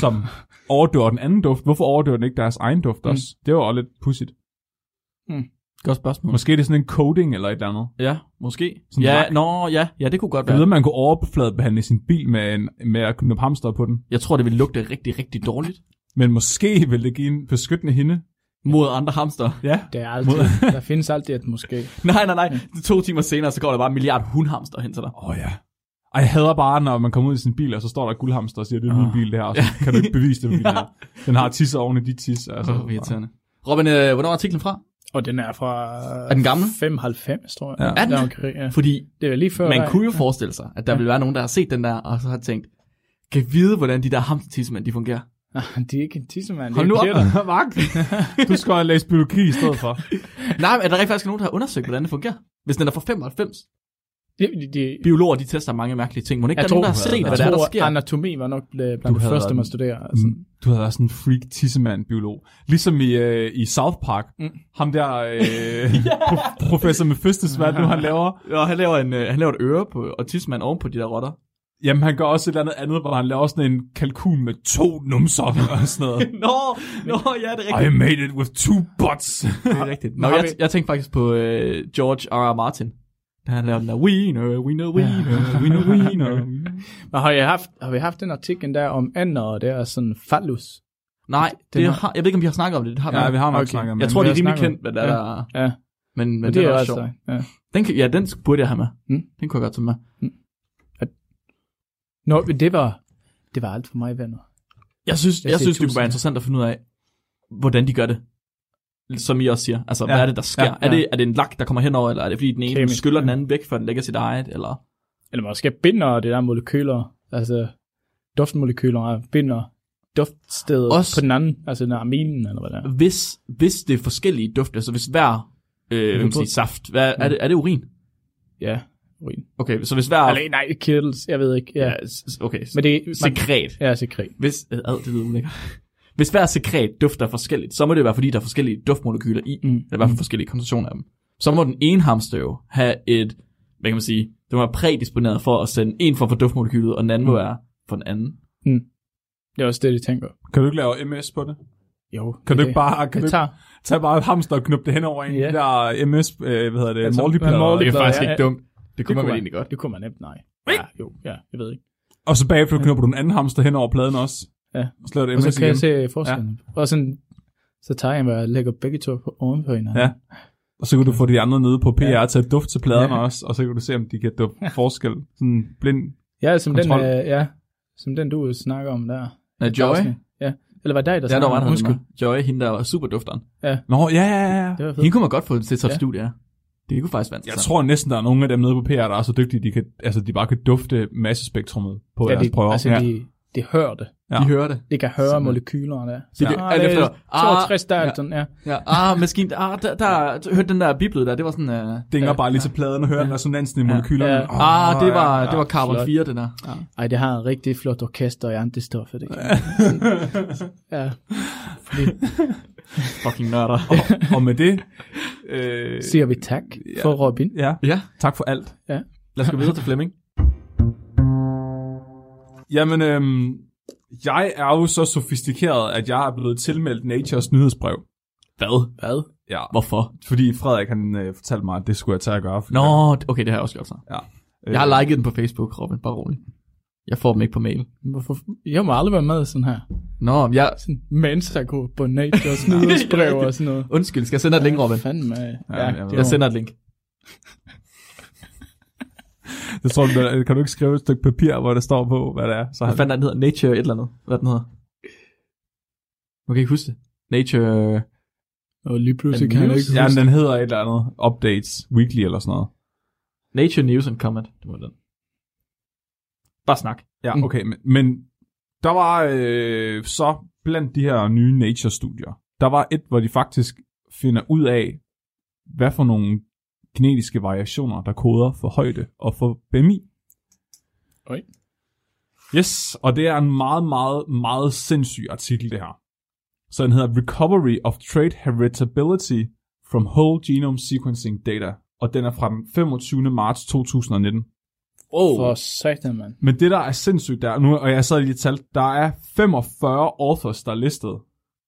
Speaker 2: som overdøver den anden duft, hvorfor overdøver den ikke deres egen duft også? Mm. Det var jo lidt pudsigt.
Speaker 3: Godt spørgsmål.
Speaker 2: Måske er det sådan en coding eller et eller andet.
Speaker 3: Ja, måske.
Speaker 2: Sådan
Speaker 3: ja,
Speaker 2: rak.
Speaker 3: nå, ja, ja, det kunne godt
Speaker 2: Jeg
Speaker 3: være.
Speaker 2: ved, man kunne overfladebehandle sin bil med, en, med at knuppe hamster på den.
Speaker 3: Jeg tror, det ville lugte rigtig, rigtig dårligt
Speaker 2: Men måske vil det give en beskyttende hinde.
Speaker 3: mod andre hamster.
Speaker 2: Ja.
Speaker 4: Det er altid, der findes altid et måske.
Speaker 3: Nej, nej, nej. To timer senere, så går der bare en milliard hundhamster hen til dig.
Speaker 2: Åh oh, ja. Og jeg hader bare, når man kommer ud i sin bil, og så står der guldhamster og siger, det er min bil det her, og så kan du ikke bevise det, fordi
Speaker 3: Ah. Ja.
Speaker 2: den- den har tisser oven i de tis. Altså,
Speaker 3: Åh, hvor irriterende. Robin, øh, hvornår er artiklen fra?
Speaker 4: Og den er fra...
Speaker 3: Er den gammel?
Speaker 4: 95, tror jeg.
Speaker 2: Ja.
Speaker 3: Er den?
Speaker 4: Der omkring, ja.
Speaker 3: Fordi
Speaker 4: Det er lige før.
Speaker 3: man
Speaker 4: der-
Speaker 3: kunne jo forestille sig, at der ville være nogen, der har set den der, og så har tænkt, kan vide, hvordan de der hamstertissemænd, de fungerer.
Speaker 4: Nej, de er ikke en tissemand.
Speaker 3: Hold nu op.
Speaker 2: Mark, du skal have læst biologi i stedet for.
Speaker 3: Nej, men er der rigtig faktisk nogen, der har undersøgt, hvordan det fungerer? Hvis den er fra 95.
Speaker 4: De, de, de,
Speaker 3: Biologer, de tester mange mærkelige ting. Må ikke der er nogen, der har set,
Speaker 4: jeg
Speaker 3: hvad der er,
Speaker 4: tror,
Speaker 3: der sker?
Speaker 4: anatomi var nok bl- blandt
Speaker 2: Du
Speaker 4: det
Speaker 2: havde
Speaker 4: første, man
Speaker 2: den.
Speaker 4: studerer. Altså.
Speaker 3: Mm.
Speaker 2: Altså, du havde været sådan en freak tissemand-biolog. Ligesom i, øh, i South Park. Mm. Ham der øh, pro- professor med fødselsvalg, nu han laver.
Speaker 3: Ja, han laver, en, øh, han laver et øre på, og tissemand oven på de der rotter.
Speaker 2: Jamen, han gør også et eller andet andet, hvor han laver sådan en kalkun med to numser og sådan noget.
Speaker 3: nå, nå, ja, det er rigtigt.
Speaker 2: I made it with two butts.
Speaker 3: Det er rigtigt. Nå, jeg, jeg tænkte faktisk på øh, George R. R. Martin. Da han lavede den der, wiener, wiener, wiener, wiener, wiener.
Speaker 4: Men har, jeg haft, har vi haft den artikel der om andre, og det er sådan fallus?
Speaker 3: Nej, det har, jeg ved ikke, om vi har snakket om det. det har
Speaker 2: ja,
Speaker 3: vi.
Speaker 2: vi har nok okay.
Speaker 4: Okay.
Speaker 2: snakket om
Speaker 3: Jeg
Speaker 2: det.
Speaker 3: tror,
Speaker 4: vi
Speaker 3: det er
Speaker 4: har
Speaker 3: rimelig
Speaker 4: snakket om
Speaker 3: kendt, hvad der
Speaker 4: det.
Speaker 3: er.
Speaker 4: Ja,
Speaker 3: Men, men,
Speaker 4: men
Speaker 3: det er også
Speaker 4: altså...
Speaker 3: sjovt.
Speaker 4: Ja.
Speaker 3: Den, kan- ja, den burde jeg have med.
Speaker 4: Mm.
Speaker 3: Den kunne jeg godt tage med.
Speaker 4: Nå, men det var, det var alt for mig, venner.
Speaker 3: Jeg synes, jeg,
Speaker 4: Jeg
Speaker 3: jeg
Speaker 4: siger
Speaker 3: synes det kunne
Speaker 4: tusind
Speaker 3: være
Speaker 4: tak.
Speaker 3: interessant at finde ud af, hvordan de gør det. Som I også siger. Altså, ja.
Speaker 2: Ja,
Speaker 3: hvad er det, der sker?
Speaker 2: ja,
Speaker 3: Ja, ja.
Speaker 2: ja.
Speaker 3: Er, det, er det en lak, der kommer henover, eller er det fordi, den ene Kemisk,
Speaker 4: Kemisk, ja.
Speaker 3: skyller ja. den anden væk, før den lægger sit eget? Eller?
Speaker 4: Eller måske binder det der molekyler, altså duftmolekyler, og binder duftstedet
Speaker 3: Også-
Speaker 4: Også. på den anden, altså den aminen, eller hvad det er.
Speaker 3: Hvis, hvis det er forskellige dufte, altså hvis hver øh, hvad man sige, saft, hvad, er, det, er det urin?
Speaker 4: Ja, urin.
Speaker 3: Okay, så hvis hver...
Speaker 4: Eller, nej, kettles, jeg ved ikke. Ja.
Speaker 3: ja,
Speaker 4: ja.
Speaker 3: s- okay,
Speaker 4: Men det, man,
Speaker 3: sekret.
Speaker 4: ja, sekret.
Speaker 3: Hvis, øh, ad, det lyder ulækkert. Hvis hver sekret dufter forskelligt, så må det være, fordi der er forskellige duftmolekyler i, mm.
Speaker 4: Mm.
Speaker 3: eller i hvert fald forskellige koncentrationer af dem. Så må den ene hamster jo have et, hvad kan man sige, den må være prædisponeret for at sende en form for duftmolekylet, og den anden mm. må være for den anden.
Speaker 4: Det er også det, de tænker.
Speaker 2: Kan du ikke lave MS på det?
Speaker 4: Jo.
Speaker 2: Kan du
Speaker 4: det-
Speaker 2: ikke bare kan du
Speaker 4: Jeg
Speaker 2: ikke
Speaker 4: tager.
Speaker 2: tage bare et hamster og knuppe det hen over en
Speaker 4: Ja.
Speaker 2: yeah. der MS, øh, hvad hedder det,
Speaker 4: Altså,
Speaker 2: multiplayer?
Speaker 4: multiplayer.
Speaker 2: Det er faktisk-
Speaker 4: Ja, ja.
Speaker 3: dumt. Det kunne man vel
Speaker 4: man-
Speaker 3: egentlig godt.
Speaker 4: Det kunne man nemt, nej. Ja, jo, ja, jeg ved ikke.
Speaker 2: Og så bagefter knupper du en anden hamster hen over pladen også.
Speaker 4: Ja.
Speaker 2: Og så laver det
Speaker 4: Og
Speaker 2: MS
Speaker 4: så kan
Speaker 2: igen.
Speaker 4: jeg se forskellen. Ja. Og sådan, så tager jeg mig og lægger begge to på, oven på hinanden.
Speaker 2: Ja. Og så kan du få de andre nede på PR ja. til at dufte til pladerne ja. også, og så kan du se, om de kan dufte forskel. Sådan blind.
Speaker 4: Ja, som
Speaker 2: Kontrol.
Speaker 4: den, øh, ja, som den du snakker om der.
Speaker 3: Ja, Joy,
Speaker 4: Ja. Eller var det dig, der
Speaker 3: ja, der var
Speaker 4: om
Speaker 3: han,
Speaker 4: det? Undskyld.
Speaker 3: Joy, hende der var superdufteren.
Speaker 2: Nå, ja, ja, ja.
Speaker 4: Det var fedt.
Speaker 3: Hende kunne man godt få til et
Speaker 4: Ja.
Speaker 3: studie, ja. Det kunne faktisk være
Speaker 2: Jeg
Speaker 3: interessant.
Speaker 2: tror næsten, der er nogle af dem nede på PR, der er så dygtige, de kan, altså, de bare kan dufte massespektrummet på ja,
Speaker 4: Ja,
Speaker 2: deres
Speaker 4: de,
Speaker 2: prøver.
Speaker 4: altså,
Speaker 2: ja.
Speaker 4: de, de hører det.
Speaker 3: de hører det.
Speaker 4: De kan høre
Speaker 3: Simpelthen.
Speaker 4: molekylerne der.
Speaker 3: De
Speaker 4: Så,
Speaker 3: kan-
Speaker 4: ah,
Speaker 3: alt
Speaker 4: det
Speaker 3: efter-
Speaker 4: er 62 der,
Speaker 3: ja.
Speaker 4: ja. Sådan, ja.
Speaker 3: Ja, ah, maskinen, ah, der, der, der, hørte den der biblet der, det var sådan, uh,
Speaker 2: Dinger bare lige til pladen og hører ja. resonansen i molekylerne.
Speaker 4: Ja.
Speaker 2: Åh,
Speaker 3: ah, det var,
Speaker 2: ja.
Speaker 3: det var carbon
Speaker 4: flot.
Speaker 3: 4, det der. Ja.
Speaker 4: Ej, det har en rigtig flot orkester i antistoffet. Det kan man se. ja.
Speaker 3: Fucking nørder.
Speaker 2: Og, og med det... Øh,
Speaker 4: Siger vi tak for Robin.
Speaker 2: ja,
Speaker 3: ja,
Speaker 2: tak for alt.
Speaker 3: lad os gå videre til Flemming.
Speaker 2: Jamen, øhm, jeg er jo så sofistikeret, at jeg er blevet tilmeldt Natures nyhedsbrev.
Speaker 3: Hvad? Hvad?
Speaker 2: Ja,
Speaker 3: Hvorfor?
Speaker 2: fordi Frederik han øh, fortalte mig, at det skulle jeg tage at gøre.
Speaker 3: Nå, d- okay, det har jeg også gjort så.
Speaker 2: Øh,
Speaker 3: Jeg har liket den på Facebook, Robin, bare roligt. Jeg får dem ikke på mail.
Speaker 4: Hvorfor? Jeg må aldrig være med sådan her.
Speaker 3: Nå, men jeg...
Speaker 4: Sådan mensagro på Nature's nyhedsbrev og sådan noget.
Speaker 3: Undskyld, skal jeg sende dig et link, Robin?
Speaker 4: Fandme. Ja,
Speaker 2: Ja, jeg ved
Speaker 4: det
Speaker 3: Jeg
Speaker 4: var-
Speaker 3: sender et link.
Speaker 2: Det tror du, kan du ikke skrive et stykke papir, hvor det står på, hvad det er? Så
Speaker 3: Hvad fanden er den hedder? Nature et eller andet. Hvad den hedder? Nu kan jeg ikke huske det. Nature...
Speaker 4: Og lige pludselig kan jeg ikke
Speaker 2: ja,
Speaker 4: huske.
Speaker 2: den hedder et eller andet. Updates Weekly eller sådan noget.
Speaker 3: Nature News and Comment. Det må den. Bare snak. Mm.
Speaker 2: Ja, okay. Men, men der var øh, så blandt de her nye Nature-studier, Der var et, hvor de faktisk finder ud af, hvad for nogle genetiske variationer, der koder for højde og for BMI.
Speaker 5: Oj.
Speaker 2: Yes, og det er en meget, meget, meget sindssyg artikel, det her. Så den hedder Recovery of Trait Heritability from Whole Genome Sequencing Data, og den er fra den 25. marts 2019.
Speaker 3: Oh,
Speaker 5: For satan, mand.
Speaker 2: Men det, der er sindssygt, der, nu, og jeg sad lige og talte, der er 45 authors, der er listet.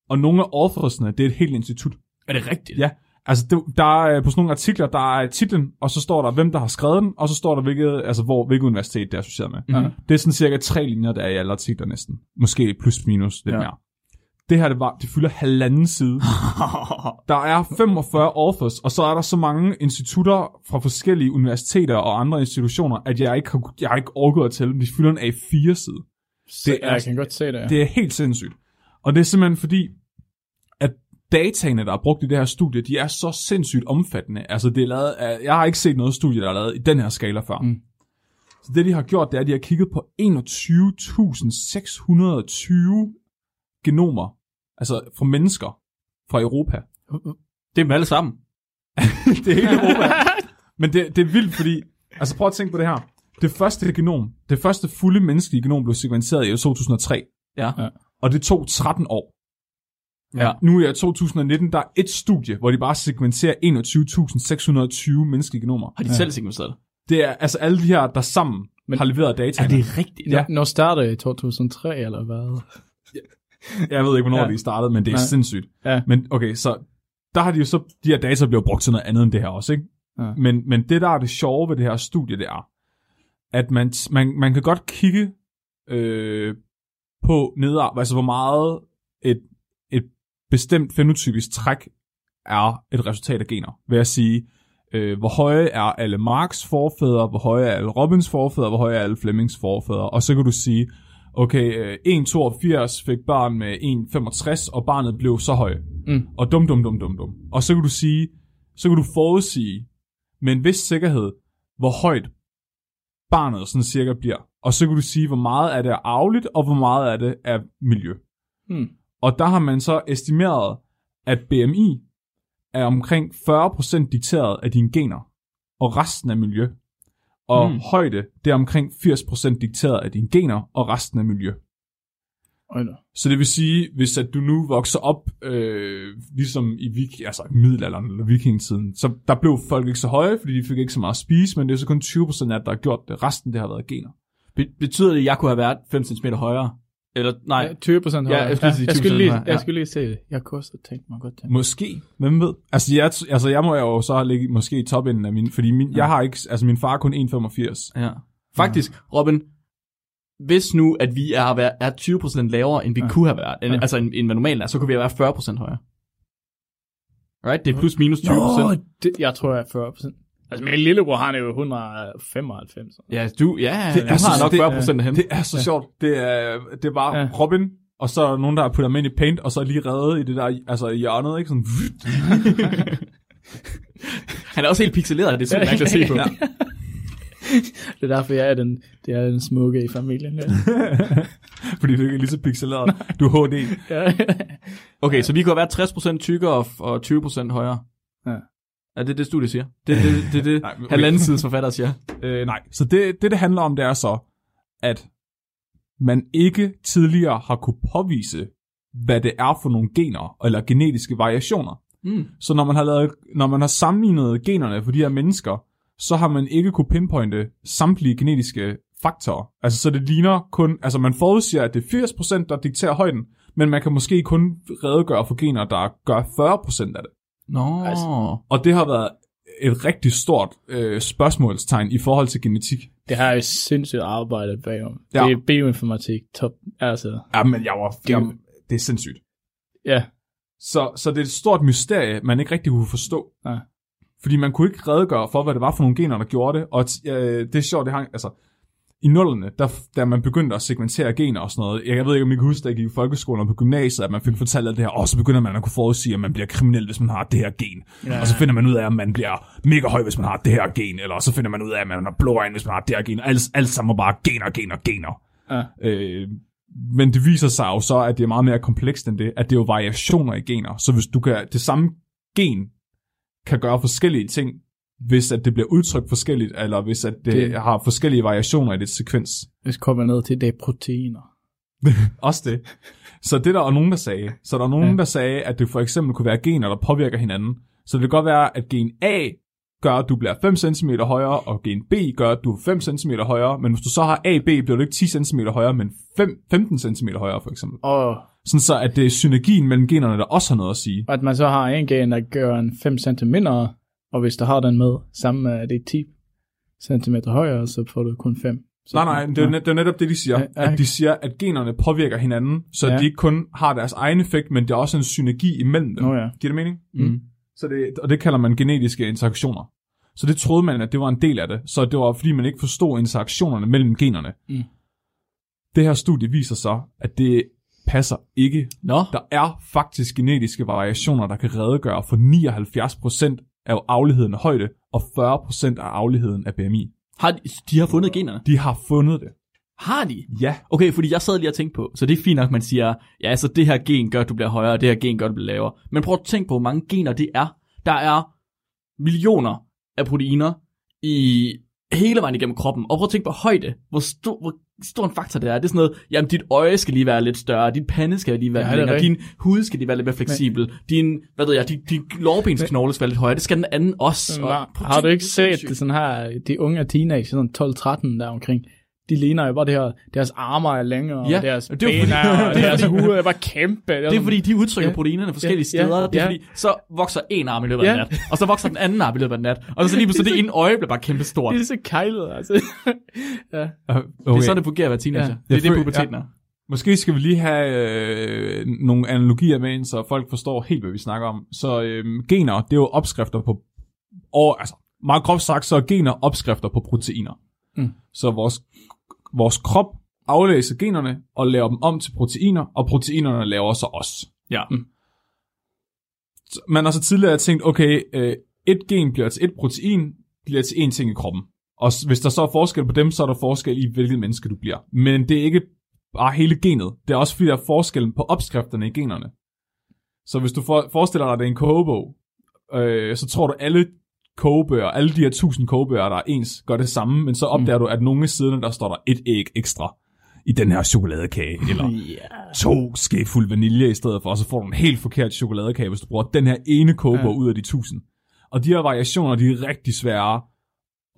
Speaker 2: Og nogle af authorsne, det er et helt institut.
Speaker 3: er det rigtigt?
Speaker 2: Ja. Altså, det, der er øh, på sådan nogle artikler, der er titlen, og så står der, hvem der har skrevet den, og så står der, hvilket, altså, hvor, hvilket universitet det er associeret med.
Speaker 3: Mhm.
Speaker 2: Det er sådan cirka tre linjer, der er i alle artikler næsten. Måske plus minus lidt
Speaker 3: Ja.
Speaker 2: ja. mere. Det her, det, var, det fylder halvanden side. Der er 45 authors, og så er der så mange institutter fra forskellige universiteter og andre institutioner, at jeg ikke har, jeg har ikke orket at tælle dem. De fylder en A4-side.
Speaker 5: Det
Speaker 2: er-
Speaker 5: er, jeg kan godt se det. det
Speaker 2: Det er helt sindssygt. Og det er simpelthen fordi, at dataene, der er brugt i det her studie, de er så sindssygt omfattende. Altså, det er lavet af, jeg har ikke set noget studie, der er lavet i den her skala før.
Speaker 5: Mm.
Speaker 2: Mm. Så det, de har gjort, det er, at de har kigget på 21.620 genomer, altså fra mennesker fra Europa.
Speaker 3: Det er dem alle sammen.
Speaker 2: det er hele Europa. Men det, det er vildt, fordi... Altså prøv at tænke på det her. Det første genom, det første fulde menneskelige genom blev sekventeret i år 2003.
Speaker 3: Ja.
Speaker 5: Ja.
Speaker 2: Og det tog 13 år.
Speaker 3: Ja.
Speaker 2: Nu er jeg i 2019, der er et studie, hvor de bare sekventerer 21.620 menneskelige genomer.
Speaker 3: Har de selv sekvenseret det?
Speaker 2: Det er altså alle de her, der sammen Men,
Speaker 5: Men-
Speaker 2: har leveret data.
Speaker 3: rigtigt?
Speaker 2: Ja.
Speaker 5: Når startede det i 2003, eller hvad?
Speaker 2: Jeg ved ikke, hvornår
Speaker 5: Ja.
Speaker 2: ja. de startede, men det er
Speaker 5: Nej.
Speaker 2: sindssygt.
Speaker 5: Ja.
Speaker 2: Men okay, så der har de jo så, de her data bliver brugt til noget andet end det her også, ikke?
Speaker 5: Ja.
Speaker 2: Men, men det, der er det sjove ved det her studie, det er, at man, man, man kan godt kigge øh, på nedad, altså hvor meget et, et bestemt fenotypisk træk er et resultat af gener. Ved at sige, øh, hvor høje er alle Marks forfædre, hvor høje er alle Robins forfædre, hvor høje er alle Flemings forfædre. Og så kan du sige, okay, øh, 1,82 fik børn med 1,65, og barnet blev så høj.
Speaker 5: Mm.
Speaker 2: Og dum, dum, dum, dum, dum. Og så kan du sige, så kan du forudsige med en vis sikkerhed, hvor højt barnet sådan cirka bliver. Og så kan du sige, hvor meget af det er arveligt, og hvor meget af det er miljø.
Speaker 5: Hmm.
Speaker 2: Og der har man så estimeret, at BMI er omkring 40% dikteret af dine gener, og resten af miljø. Og
Speaker 3: Hmm.
Speaker 2: mm. højde, det er omkring 80% dikteret af dine gener, og resten af miljø.
Speaker 5: Øj, nå.
Speaker 2: Så det vil sige, hvis at du nu vokser op, øh, ligesom i vik, altså i middelalderen eller vikingetiden, så der blev folk ikke så høje, fordi de fik ikke så meget at spise, men det er så kun 20% af, det, der har gjort det. Resten, det har været gener.
Speaker 3: Be- betyder det, at jeg kunne have været 5 cm højere? Eller nej,
Speaker 5: Ja, 20 procent
Speaker 3: Ja, jeg skulle lige sige 20%
Speaker 5: jeg skulle lige,
Speaker 3: højere, ja.
Speaker 5: jeg skulle lige se det. Jeg kunne også tænke mig godt til.
Speaker 2: Måske, hvem ved? Altså jeg, altså, jeg må jo så ligge i- måske i topenden af min, fordi min, ja. jeg har ikke, altså min far er kun 1,85.
Speaker 3: Ja. Faktisk, Robin, hvis nu, at vi er, været- er 20% lavere, end vi ja. kunne have været, end, ja. altså end, end hvad normalt er, så kunne vi have været 40% højere. Right? Det er plus minus 20%.
Speaker 5: Nå, det, jeg tror, jeg er 40 procent. Altså, min lillebror, han er jo 195.
Speaker 3: Ja, du, ja, det,
Speaker 2: Det
Speaker 3: du
Speaker 2: er
Speaker 3: har
Speaker 2: så-
Speaker 3: nok
Speaker 2: det-
Speaker 3: 40% af hende.
Speaker 2: Det er så ja. sjovt. Det er, det er bare
Speaker 5: Ja.
Speaker 2: ja. Robin, og så er der nogen, der har puttet ham ind i paint, og så er lige reddet i det der altså, i hjørnet, ikke? Sådan,
Speaker 3: Han er også helt pixeleret, det er sådan mærkeligt at se på.
Speaker 5: Ja. Det er derfor, jeg er den, det er den smukke i familien. Ja.
Speaker 2: fordi du ikke er lige så pixeleret. Du er HD.
Speaker 3: Okay, så vi kunne have været 60% tykkere og, og 20% højere.
Speaker 5: Ja.
Speaker 3: Er det det, studie siger? Det er det, det, det,
Speaker 2: Nej,
Speaker 3: det
Speaker 2: men-
Speaker 3: halvanden sides forfatter siger.
Speaker 2: Øh, nej, så det, det, det handler om, det er så, at man ikke tidligere har kunne påvise, hvad det er for nogle gener eller genetiske variationer.
Speaker 3: Mm.
Speaker 2: Så når man har, lavet, når man har sammenlignet generne for de her mennesker, så har man ikke kunne pinpointe samtlige genetiske faktorer. Altså, så det ligner kun... Altså, man forudsiger, at det er 80%, der dikterer højden, men man kan måske kun redegøre for gener, der gør 40% af det.
Speaker 3: Nå.
Speaker 5: Altså,
Speaker 2: Og det har været et rigtig stort øh, spørgsmålstegn i forhold til genetik.
Speaker 5: Det har jeg sindssygt arbejdet bagom.
Speaker 2: Ja.
Speaker 5: Ja. Det er bioinformatik top. Altså,
Speaker 2: Ja, men jeg var...
Speaker 5: Det-
Speaker 2: Jeg, det er sindssygt.
Speaker 5: ja.
Speaker 2: Så, så det er et stort mysterie, man ikke rigtig kunne forstå.
Speaker 5: Ja.
Speaker 2: Fordi man kunne ikke redegøre for, hvad det var for nogle gener, der gjorde det. Og t- øh, det er sjovt, det hang... Altså, i nullerne, der, da man begyndte at sekventere gener og sådan noget, jeg ved ikke, om I kan huske, da jeg gik i folkeskolen og på gymnasiet, at man fik fortalt alt det her, og så begynder man at kunne forudsige, at man bliver kriminel, hvis man har det her gen. Ja. Og så finder man ud af, at man bliver mega høj, hvis man har det her gen, eller så finder man ud af, at man har blå øjne, hvis man har det her gen. Alt, alt sammen er bare gener, gener, gener.
Speaker 5: Ja.
Speaker 2: Øh, Men det viser sig jo så, at det er meget mere komplekst end det, at det er jo variationer i gener. Så hvis du kan, det samme gen kan gøre forskellige ting, hvis at det bliver udtrykt forskelligt, eller hvis at det, det.
Speaker 4: Det-
Speaker 2: har forskellige variationer i det sekvens.
Speaker 4: Hvis kommer ned til, det er proteiner.
Speaker 2: Også det. Så det er der var nogen, der sagde. Så der er nogen, ja. der sagde, at det for eksempel kunne være gener, der påvirker hinanden. Så det kan godt være, at gen A gør, at du bliver 5 cm højere, og gen B gør, at du er 5 cm højere. Men hvis du så har AB, bliver du ikke 10 cm højere, men 5, 15 cm højere for eksempel.
Speaker 4: Og
Speaker 2: Sådan så, at det er synergien mellem generne, der også har noget at sige.
Speaker 4: at man så har en gen, der gør en 5 cm mindre, og hvis du har den med, sammen
Speaker 5: øh,
Speaker 4: med at det er 10 cm højere, så får du kun 5. Så
Speaker 2: Nej, nej, det er, jo net, det er jo netop det, de siger.
Speaker 4: Ja, ja.
Speaker 2: At de siger, at generne påvirker hinanden, så
Speaker 4: Ja.
Speaker 2: de ikke kun har deres egen effekt, men der er også en synergi imellem dem.
Speaker 4: Nå ja.
Speaker 2: Giver det mening?
Speaker 4: Mm.
Speaker 2: Så det, og det kalder man genetiske interaktioner. Så det troede man, at det var en del af det. Så det var, fordi man ikke forstod interaktionerne mellem generne.
Speaker 4: Mm.
Speaker 2: Det her studie viser så, at det passer ikke.
Speaker 3: Nå.
Speaker 2: Der er faktisk genetiske variationer, der kan redegøre for 79% af afligheden af højde og 40% af afligheden af BMI.
Speaker 3: Har de, de har fundet generne.
Speaker 2: De har fundet det.
Speaker 3: Har de?
Speaker 2: Ja.
Speaker 3: Okay, fordi jeg sad lige og tænkte på, så det er fint nok, man siger, ja, altså det her gen gør, at du bliver højere, og det her gen gør, at du bliver lavere. Men prøv at tænke på, hvor mange gener det er. Der er millioner af proteiner i hele vejen igennem kroppen. Og prøv at tænke på højde. Hvor stor, hvor stor en faktor det er. Det er sådan noget, jamen dit øje skal lige være lidt større, din pande skal lige være
Speaker 4: Ja,
Speaker 3: ja,
Speaker 4: det er
Speaker 3: længere, din
Speaker 4: rigtigt.
Speaker 3: hud skal lige være lidt mere fleksibel, din, hvad ved jeg, din, din lårbensknogle skal være lidt højere, det skal den anden også. Og prøv at
Speaker 4: Har du
Speaker 3: tænke,
Speaker 4: ikke
Speaker 3: det er
Speaker 4: set
Speaker 3: sindssygt.
Speaker 4: det sådan her, de unge teenager, sådan 12-13 der omkring, de ligner jo bare det her, deres arme er længere,
Speaker 3: Ja,
Speaker 4: og deres
Speaker 3: og
Speaker 4: ben
Speaker 3: det er jo fordi-
Speaker 4: er, og
Speaker 3: det er
Speaker 4: deres
Speaker 3: fordi-
Speaker 4: hue er bare kæmpe.
Speaker 3: Det er fordi, de udtrykker
Speaker 4: Ja.
Speaker 3: proteinerne forskellige
Speaker 4: Ja.
Speaker 3: steder. Det er
Speaker 4: Ja.
Speaker 3: fordi, så vokser en arm i løbet af
Speaker 4: Ja.
Speaker 3: en nat, og så vokser den anden arm i løbet af en nat, og så lige pludselig det ene øje bliver bare kæmpe stort.
Speaker 4: Det
Speaker 3: Det
Speaker 4: er så kejlet, altså. ja.
Speaker 2: Okay.
Speaker 3: er sådan, det fungerer at være teenager.
Speaker 4: Ja.
Speaker 3: Det er
Speaker 2: Jeg
Speaker 3: det,
Speaker 2: føl-
Speaker 3: puberteten er.
Speaker 2: Måske skal vi lige have øh, nogle analogier med ind, så folk forstår helt, hvad vi snakker om. Så øh, gener, det er jo opskrifter på... Og, altså, meget groft sagt, så er gener opskrifter på proteiner.
Speaker 4: Mm.
Speaker 2: Så vores, vores krop aflæser generne og laver dem om til proteiner, og proteinerne laver så os.
Speaker 3: Ja.
Speaker 2: Så Man har så tidligere tænkt, okay, øh, et gen bliver til et protein, bliver til én ting i kroppen. Og s- hvis der så er forskel på dem, så er der forskel i, hvilket menneske du bliver. Men det er ikke bare hele genet. Det er også fordi, der er forskellen på opskrifterne i generne. Så hvis du for, forestiller dig, at det er en kogebog, øh, så tror du, alle kogebøger, alle de her tusind kogebøger, der er ens, gør det samme, men så opdager mm. du, at nogle af siderne, der står der et æg ekstra i den her chokoladekage, eller to skefulde vanilje i stedet for, og så får du en helt forkert chokoladekage, hvis du bruger den her ene kogebog ja. ud af de tusind. Og de her variationer, de er rigtig svære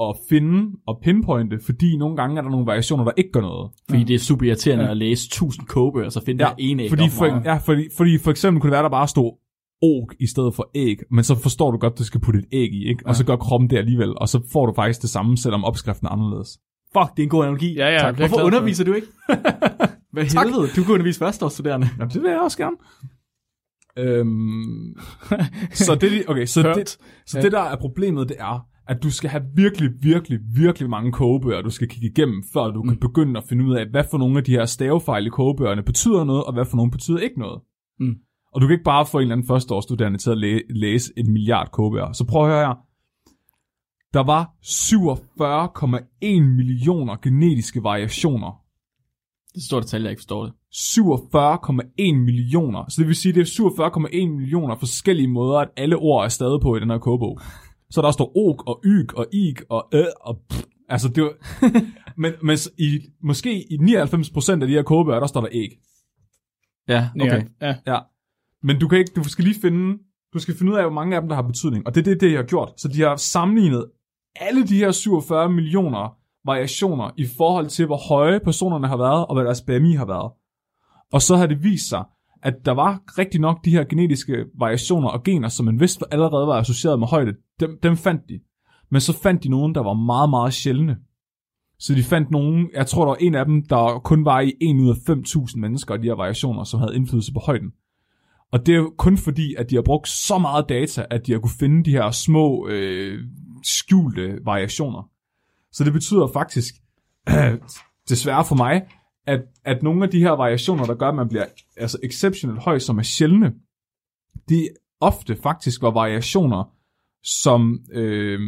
Speaker 2: at finde og pinpointe, fordi nogle gange er der nogle variationer, der ikke gør noget.
Speaker 3: Fordi det er super irriterende at læse 1000 kogebøger, og så finde ja, der ene æg
Speaker 2: fordi
Speaker 3: op
Speaker 2: for,
Speaker 3: meget.
Speaker 2: ja, fordi, fordi for eksempel kunne det være, der bare stod og i stedet for æg, men så forstår du godt, at du skal putte et æg i, ikke? og så gør kroppen det alligevel, og så får du faktisk det samme, selvom opskriften er anderledes.
Speaker 3: Fuck, det er en god analogi.
Speaker 4: Ja, ja,
Speaker 3: tak.
Speaker 4: det er jeg
Speaker 3: Hvorfor
Speaker 4: glad for.
Speaker 3: underviser du ikke? Hvad helvede, du kunne undervise førsteårsstuderende.
Speaker 2: Jamen, det vil jeg også gerne. Øhm, så det, de- okay, så,
Speaker 4: Hørt.
Speaker 2: det, så
Speaker 4: Ja.
Speaker 2: det, der er problemet, det er, at du skal have virkelig, virkelig, virkelig mange kogebøger, du skal kigge igennem, før du
Speaker 4: Mm.
Speaker 2: kan begynde at finde ud af, hvad for nogle af de her stavefejl i kogebøgerne betyder noget, og hvad for nogle betyder ikke noget.
Speaker 4: Mm.
Speaker 2: Og du kan ikke bare få en eller anden førsteårsstuderende til at læ- læse en milliard kogebøger. Så prøv at høre her. Der var 47,1 millioner genetiske variationer
Speaker 3: Det er et stort tal, jeg ikke forstår det.
Speaker 2: 47,1 millioner. Så det vil sige, det er 47,1 millioner forskellige måder, at alle ord er stadig på i den her kogebog. Så der står ok og yg og ig og æ og pff. Altså, det var... men, men s- i, måske i 99% af de her kogebøger, der står der æg.
Speaker 3: Ja, okay.
Speaker 4: Ja.
Speaker 2: Ja. Men du, kan ikke, du skal lige finde... Du skal finde ud af, hvor mange af dem, der har betydning. Og det er det, det, jeg har gjort. Så de har sammenlignet alle de her 47 millioner variationer i forhold til, hvor høje personerne har været, og hvad deres BMI har været. Og så har det vist sig, at der var rigtig nok de her genetiske variationer og gener, som man vidste allerede var associeret med højde. Dem, dem fandt de. Men så fandt de nogen, der var meget, meget sjældne. Så de fandt nogen, jeg tror der var en af dem, der kun var i 1 ud af 5.000 mennesker, af de her variationer, som havde indflydelse på højden. Og det er jo kun fordi, at de har brugt så meget data, at de har kunne finde de her små øh, skjulte variationer. Så det betyder faktisk, desværre for mig, at, at nogle af de her variationer, der gør, at man bliver altså exceptionelt høj, som er sjældne, de ofte faktisk var variationer, som, øh,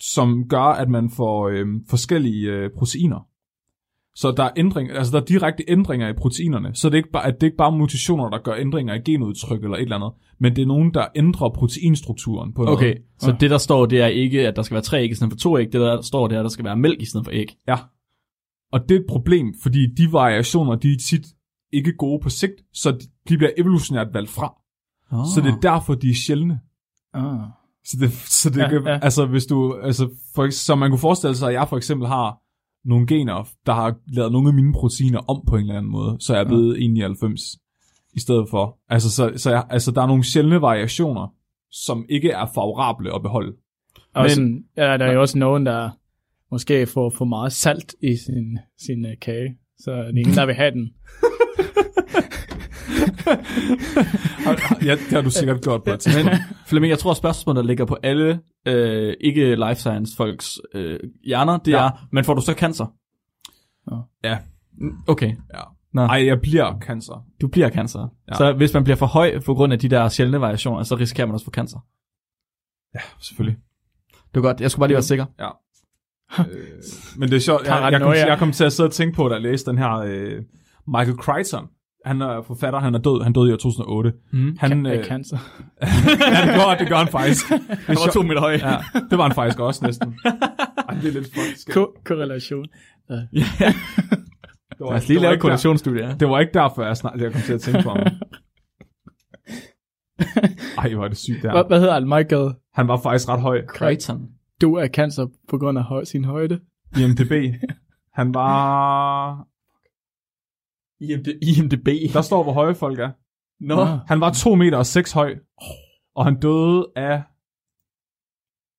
Speaker 2: som gør, at man får øh, forskellige øh, proteiner. Så der er, ændring, altså der er direkte ændringer i proteinerne. Så det er ikke bare, at det er ikke bare mutationer, der gør ændringer i genudtryk eller et eller andet. Men det er nogen, der ændrer proteinstrukturen på en
Speaker 3: Okay,
Speaker 2: måde.
Speaker 3: så det der står, det er ikke, at der skal være tre æg i stedet for to æg. Det der står, det er, at der skal være mælk i stedet for æg.
Speaker 2: Ja. Og det er et problem, fordi de variationer, de er tit ikke gode på sigt, så de- de bliver evolutionært valgt fra.
Speaker 3: Oh.
Speaker 2: Så det er derfor, de er sjældne.
Speaker 5: Ah.
Speaker 2: Så det, så det ja,
Speaker 5: Ja,
Speaker 2: kan, ja.
Speaker 5: ja.
Speaker 2: altså hvis du, altså for, så man kunne forestille sig, at jeg for eksempel har nogle gener, der har lavet nogle af mine proteiner om på en eller anden måde, så jeg er blevet 91 i stedet for. Altså, så, så jeg, altså der er nogle sjældne variationer, som ikke er favorable at beholde.
Speaker 5: Og
Speaker 2: Men-
Speaker 5: Men, sådan, ja, der er jo også nogen, der måske får for meget salt i sin, sin uh, kage, så det er ingen, der vil have den.
Speaker 2: Ja, det har du sikkert gjort på et tidspunkt.
Speaker 3: Men Flemming, jeg tror, at spørgsmålet, der ligger på alle øh, ikke life science folks øh, hjerner, det
Speaker 2: Ja.
Speaker 3: ja. er, men får du så cancer?
Speaker 2: Ja.
Speaker 3: Okay,
Speaker 2: Ej, jeg bliver cancer.
Speaker 3: du bliver cancer.
Speaker 2: Ja.
Speaker 3: Ja. Så hvis man bliver for høj på grund af de der sjældne variationer, så risikerer man også for cancer.
Speaker 2: Selvfølgelig.
Speaker 3: Det er godt, jeg skulle bare lige være sikker.
Speaker 2: øh, men det er sjovt, jeg, jeg, kom,
Speaker 5: Paranoia.
Speaker 2: jeg kom til at sidde og tænke på, da jeg læste den her øh, Michael Crichton. Han er forfatter, han er død, han døde i år 2008.
Speaker 3: Mm.
Speaker 2: Han,
Speaker 5: Af cancer.
Speaker 2: ja, det gør, det gør han faktisk. Det, er sjovt.
Speaker 3: meter høj.
Speaker 2: ja, det var han faktisk også næsten. Ej, det er lidt fucking
Speaker 5: Ko- korrelation.
Speaker 2: Det
Speaker 3: Lad os lige lave et koordinationsstudie. ja.
Speaker 2: Det var ikke derfor, jeg, snart, jeg kom til at tænke på ham. Ej, hvor er det sygt der.
Speaker 5: Hvad, hvad hedder han? Michael?
Speaker 2: Han var faktisk ret høj
Speaker 3: Crichton.
Speaker 5: Du er cancer på grund af høj, sin højde.
Speaker 2: i MDB. Han var...
Speaker 3: IMD, IMDB.
Speaker 2: Der står, hvor høje folk er.
Speaker 3: Nå.
Speaker 5: Ah.
Speaker 2: Han var 2 meter og 6 høj. Og han døde af...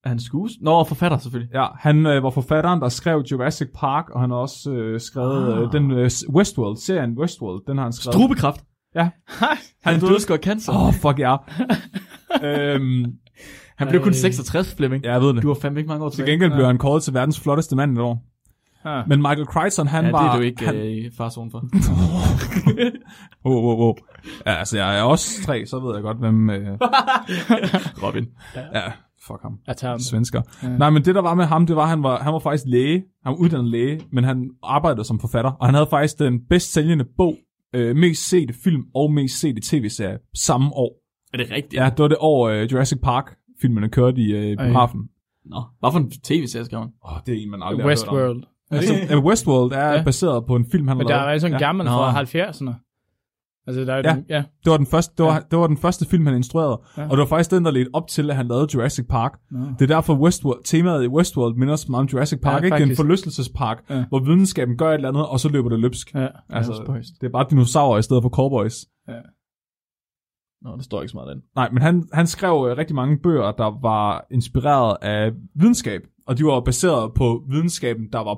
Speaker 3: Er han skues? Nå, forfatter selvfølgelig.
Speaker 2: Ja, han øh, var forfatteren, der skrev Jurassic Park, og han har også øh, skrevet
Speaker 3: Ah.
Speaker 2: øh, den øh, Westworld, serien Westworld, den har han skrevet.
Speaker 3: Strubekræft.
Speaker 2: han,
Speaker 3: Han
Speaker 2: døde
Speaker 3: døde sgu af cancer.
Speaker 2: Åh, oh, fuck ja. øhm,
Speaker 3: han blev kun
Speaker 5: Øh.
Speaker 3: 66, Flemming.
Speaker 2: ja, jeg ved det.
Speaker 3: Du har fandme ikke mange år
Speaker 2: Til
Speaker 3: tilbage.
Speaker 2: gengæld blev han kåret til verdens flotteste mand i år.
Speaker 5: Ah.
Speaker 2: Men Michael Crichton, han
Speaker 3: ja,
Speaker 2: var...
Speaker 3: det er du ikke
Speaker 2: Han,
Speaker 3: øh, i farzonen for.
Speaker 2: oh, oh, oh. Ja, altså, jeg er også tre, så ved jeg godt, hvem... Øh, Robin. Ja, fuck ham.
Speaker 5: Jeg tager ham.
Speaker 2: Svensker. Nej, men det der var med ham, det var, han var, han var faktisk læge. Han var uddannet læge, men han arbejdede som forfatter. Og han havde faktisk den bedst sælgende bog, øh, mest sete film og mest sete tv-serie samme år.
Speaker 3: Er det rigtigt?
Speaker 2: Ja, det var det år øh, Jurassic Park filmene kørte i øh, biografen.
Speaker 3: Nå, hvad for en tv-serie skrev han?
Speaker 2: Åh, oh, det er en, man aldrig har hørt om.
Speaker 5: Westworld.
Speaker 2: Altså, øh, Westworld er ja.
Speaker 5: Ja.
Speaker 2: baseret på en film, han har
Speaker 5: Men der er
Speaker 2: lavet.
Speaker 5: jo sådan en
Speaker 2: ja.
Speaker 5: gammel
Speaker 3: Nå.
Speaker 5: fra 70'erne. Altså, der er
Speaker 2: Ja.
Speaker 5: ja. Den, ja.
Speaker 2: det, var den første, det, var, ja. det var den første film, han instruerede. Ja.
Speaker 5: Ja.
Speaker 2: Og det var faktisk den, der ledte op til, at han lavede Jurassic Park.
Speaker 5: Nå.
Speaker 2: Det er derfor, Westworld, temaet i Westworld minder os meget om Jurassic Park. Ja,
Speaker 5: Ja,
Speaker 2: ikke? Det er en
Speaker 5: faktisk.
Speaker 2: forlystelsespark, ja.
Speaker 5: Ja.
Speaker 2: hvor videnskaben gør et eller andet, og så løber det løbsk.
Speaker 5: ja.
Speaker 2: Altså,
Speaker 5: Ja, spøjst.
Speaker 2: Det er bare dinosaurer i stedet for cowboys.
Speaker 3: Nå, det står ikke så meget den.
Speaker 2: Nej, men han, han skrev øh, rigtig mange bøger, der var inspireret af videnskab, og de var baseret på videnskaben, der var,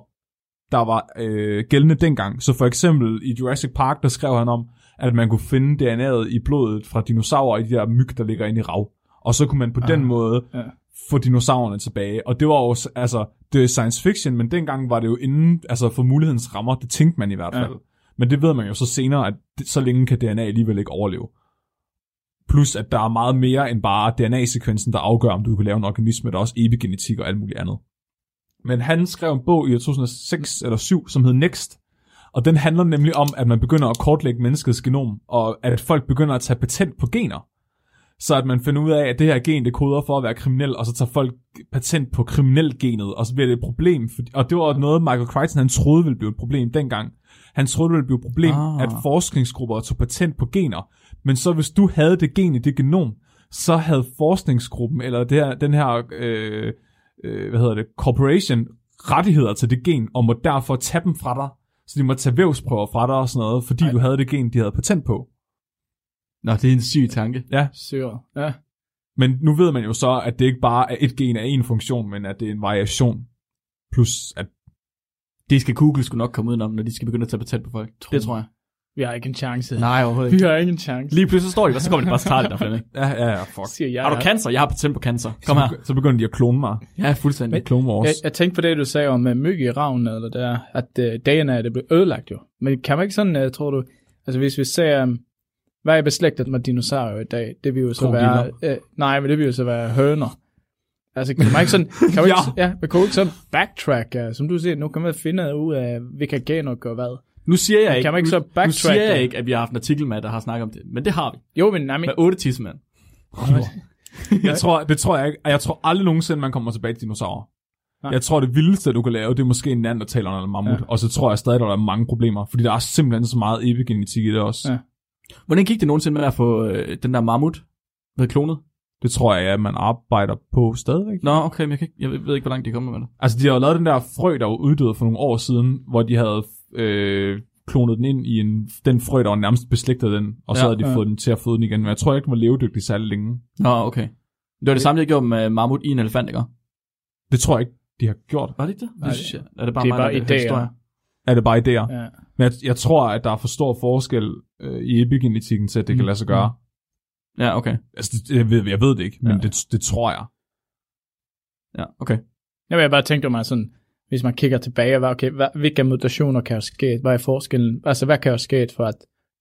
Speaker 2: der var øh, gældende dengang. Så for eksempel i Jurassic Park, der skrev han om, at man kunne finde DNA'et i blodet fra dinosaurer i de der myg, der ligger inde i rav. Og så kunne man på ah, den måde ja.
Speaker 5: ja.
Speaker 2: få dinosaurerne tilbage. Og det var også, altså, det er science fiction, men dengang var det jo inden, altså for mulighedens rammer, det tænkte man i hvert
Speaker 5: Ja.
Speaker 2: fald. Ja. Men det ved man jo så senere, at det, så længe kan DNA alligevel ikke overleve. Plus, at der er meget mere end bare DNA-sekvensen, der afgør, om du kan lave en organisme, der er også epigenetik og alt muligt andet. Men han skrev en bog i 2006 eller 7, som hed Next, og den handler nemlig om, at man begynder at kortlægge menneskets genom, og at folk begynder at tage patent på gener. Så at man finder ud af, at det her gen, det koder for at være kriminel, og så tager folk patent på kriminelgenet, og så bliver det et problem. For, og det var noget, Michael Crichton, han troede ville blive et problem dengang. Han troede, det ville blive et problem, ah.
Speaker 3: Ah.
Speaker 2: at forskningsgrupper tog patent på gener. Men så hvis du havde det gen i det genom, så havde forskningsgruppen, eller det her, den her øh, øh, hvad hedder det, corporation rettigheder til det gen, og må derfor tage dem fra dig. Så de må tage vævsprøver fra dig og sådan noget, fordi Ej. du havde det gen, de havde patent på.
Speaker 3: Nå, det er en syg tanke.
Speaker 5: Syre. Ja.
Speaker 2: Men nu ved man jo så, at det ikke bare er et gen af en funktion, men at det er en variation. Plus, at
Speaker 3: Det skal Google skulle nok komme udenom, når de skal begynde at tage patent på folk. Tror det tror jeg.
Speaker 5: Vi har ikke en chance.
Speaker 3: Nej, overhovedet
Speaker 5: Vi
Speaker 3: ikke.
Speaker 5: har ikke en chance.
Speaker 3: Lige pludselig står de, og så kommer de bare startet der, Flemming.
Speaker 2: ja, ja, ja, fuck.
Speaker 5: Siger jeg.
Speaker 3: Har du
Speaker 5: ja.
Speaker 3: cancer? Jeg har patent på cancer. Kom her.
Speaker 2: Så begynder de at klone mig.
Speaker 3: Ja, fuldstændig.
Speaker 2: Clone Wars.
Speaker 5: Jeg, jeg tænkte på det, du sagde om uh, myg i ravnen, eller der, at uh, dagene er det blev ødelagt jo. Men kan man ikke sådan, uh, tror du, altså hvis vi ser, um, hvad øh, er beslægtet med dinosaurer i dag? Det vil jo så være, uh, nej, men det vil jo så være høner.
Speaker 4: Altså, kan man ikke sådan, kan man ikke,
Speaker 2: Ja.
Speaker 4: ja, man kan jo ikke sådan backtrack,
Speaker 5: øh,
Speaker 4: ja. som du siger, nu kan man finde ud af, hvilke organer gør hvad.
Speaker 3: Nu siger jeg ikke,
Speaker 4: Kan man ikke så
Speaker 3: nu, nu
Speaker 4: backtrack
Speaker 3: siger jeg
Speaker 4: det?
Speaker 3: ikke, at vi har haft en artikel med, der har snakket om det. Men det har vi.
Speaker 4: Jo, men nej, men,
Speaker 3: Med otte tidsmænd.
Speaker 2: Jeg tror, det tror jeg ikke. Og jeg tror aldrig nogensinde, man kommer tilbage til dinosaurer. Nej. Jeg tror, det vildeste, du kan lave, det er måske en neandertaler eller en mammut. Ja. Og så tror jeg stadig, der er mange problemer. Fordi der er simpelthen så meget epigenetik i det også. Ja.
Speaker 4: Ja.
Speaker 3: Hvordan gik det nogensinde med at få øh, den der mammut ved klonet?
Speaker 2: Det tror jeg, at man arbejder på stadigvæk.
Speaker 3: Nå, okay, men jeg, kan ikke, jeg ved ikke, hvor langt de er kommet med det.
Speaker 2: Altså, de har jo lavet den der frø, der var uddød for nogle år siden, hvor de havde øh, klonet den ind i en, den frø, der var nærmest beslægtet af den, og så
Speaker 3: Ja,
Speaker 2: ja, havde de
Speaker 4: ja.
Speaker 2: ja. fået den til at føde den igen. Men jeg tror ikke, den var levedygtig særlig længe.
Speaker 3: Nå, okay. Det var det samme, jeg gjorde med mammut i en elefant, ikke?
Speaker 2: Det tror jeg ikke, de har gjort.
Speaker 3: Var det ikke det?
Speaker 4: Nej,
Speaker 3: det synes jeg. Er det bare
Speaker 4: det er
Speaker 3: mig,
Speaker 4: bare
Speaker 3: der er
Speaker 4: idéer.
Speaker 3: historie?
Speaker 2: Er det bare idéer? Ja.
Speaker 4: ja.
Speaker 2: Men jeg, jeg tror, at der er for stor forskel øh, i epigenetikken til, at det mm. kan lade sig gøre.
Speaker 3: Ja, okay.
Speaker 2: Altså, det, jeg, ved, jeg ved det ikke, men
Speaker 4: Ja.
Speaker 2: det, det tror jeg.
Speaker 3: Ja, okay.
Speaker 4: Jamen, jeg bare tænkte mig sådan, hvis man kigger tilbage, hvad, okay, hvad, hvilke mutationer kan jo ske? Hvad er forskellen? Altså, hvad kan jo ske for, at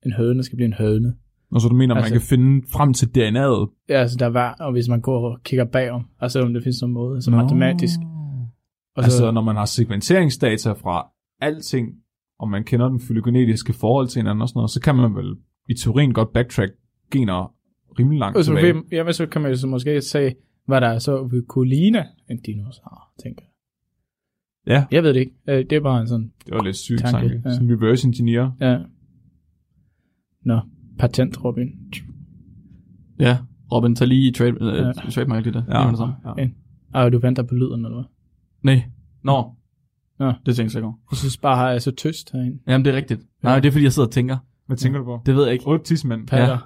Speaker 4: en høne skal blive en høne?
Speaker 2: Og så du mener, at altså,
Speaker 4: Altså-
Speaker 2: man kan finde frem til DNA'et?
Speaker 4: Ja, altså, der var, og hvis man går og kigger bagom, altså om det findes nogen måde, altså matematisk. Og så,
Speaker 2: Altså, når man har sekventeringsdata fra alting, og man kender den fylogenetiske forhold til hinanden og sådan noget, så kan man vel i teorien godt backtrack gener rimelig langt
Speaker 4: og så,
Speaker 2: tilbage.
Speaker 4: ved, jamen, så kan man jo så måske se, hvad der er så vi kunne ligne en dinosaur, tænker jeg.
Speaker 2: Ja.
Speaker 4: Jeg ved det ikke. Øh, Det er bare en sådan,
Speaker 2: Det var lidt sygt
Speaker 4: Tanke,
Speaker 2: tanke. tanke.
Speaker 4: ja.
Speaker 2: Sådan reverse engineer.
Speaker 4: ja. Nå, patent, Robin.
Speaker 3: Ja, Robin, tag lige i trade, øh,
Speaker 4: Ja.
Speaker 3: trademark det der.
Speaker 2: Ja.
Speaker 3: Ja. Det samme.
Speaker 2: ja.
Speaker 4: Og du venter på lyden, eller hvad?
Speaker 3: Nej. Nå.
Speaker 4: Nå.
Speaker 3: Det tænker jeg ikke over.
Speaker 4: Jeg synes bare, jeg er så tyst herinde.
Speaker 3: Jamen, det er rigtigt. Nej, det er fordi, jeg sidder og tænker.
Speaker 2: Hvad tænker du på?
Speaker 3: Det ved jeg ikke.
Speaker 2: Otte tidsmænd.
Speaker 4: Patter.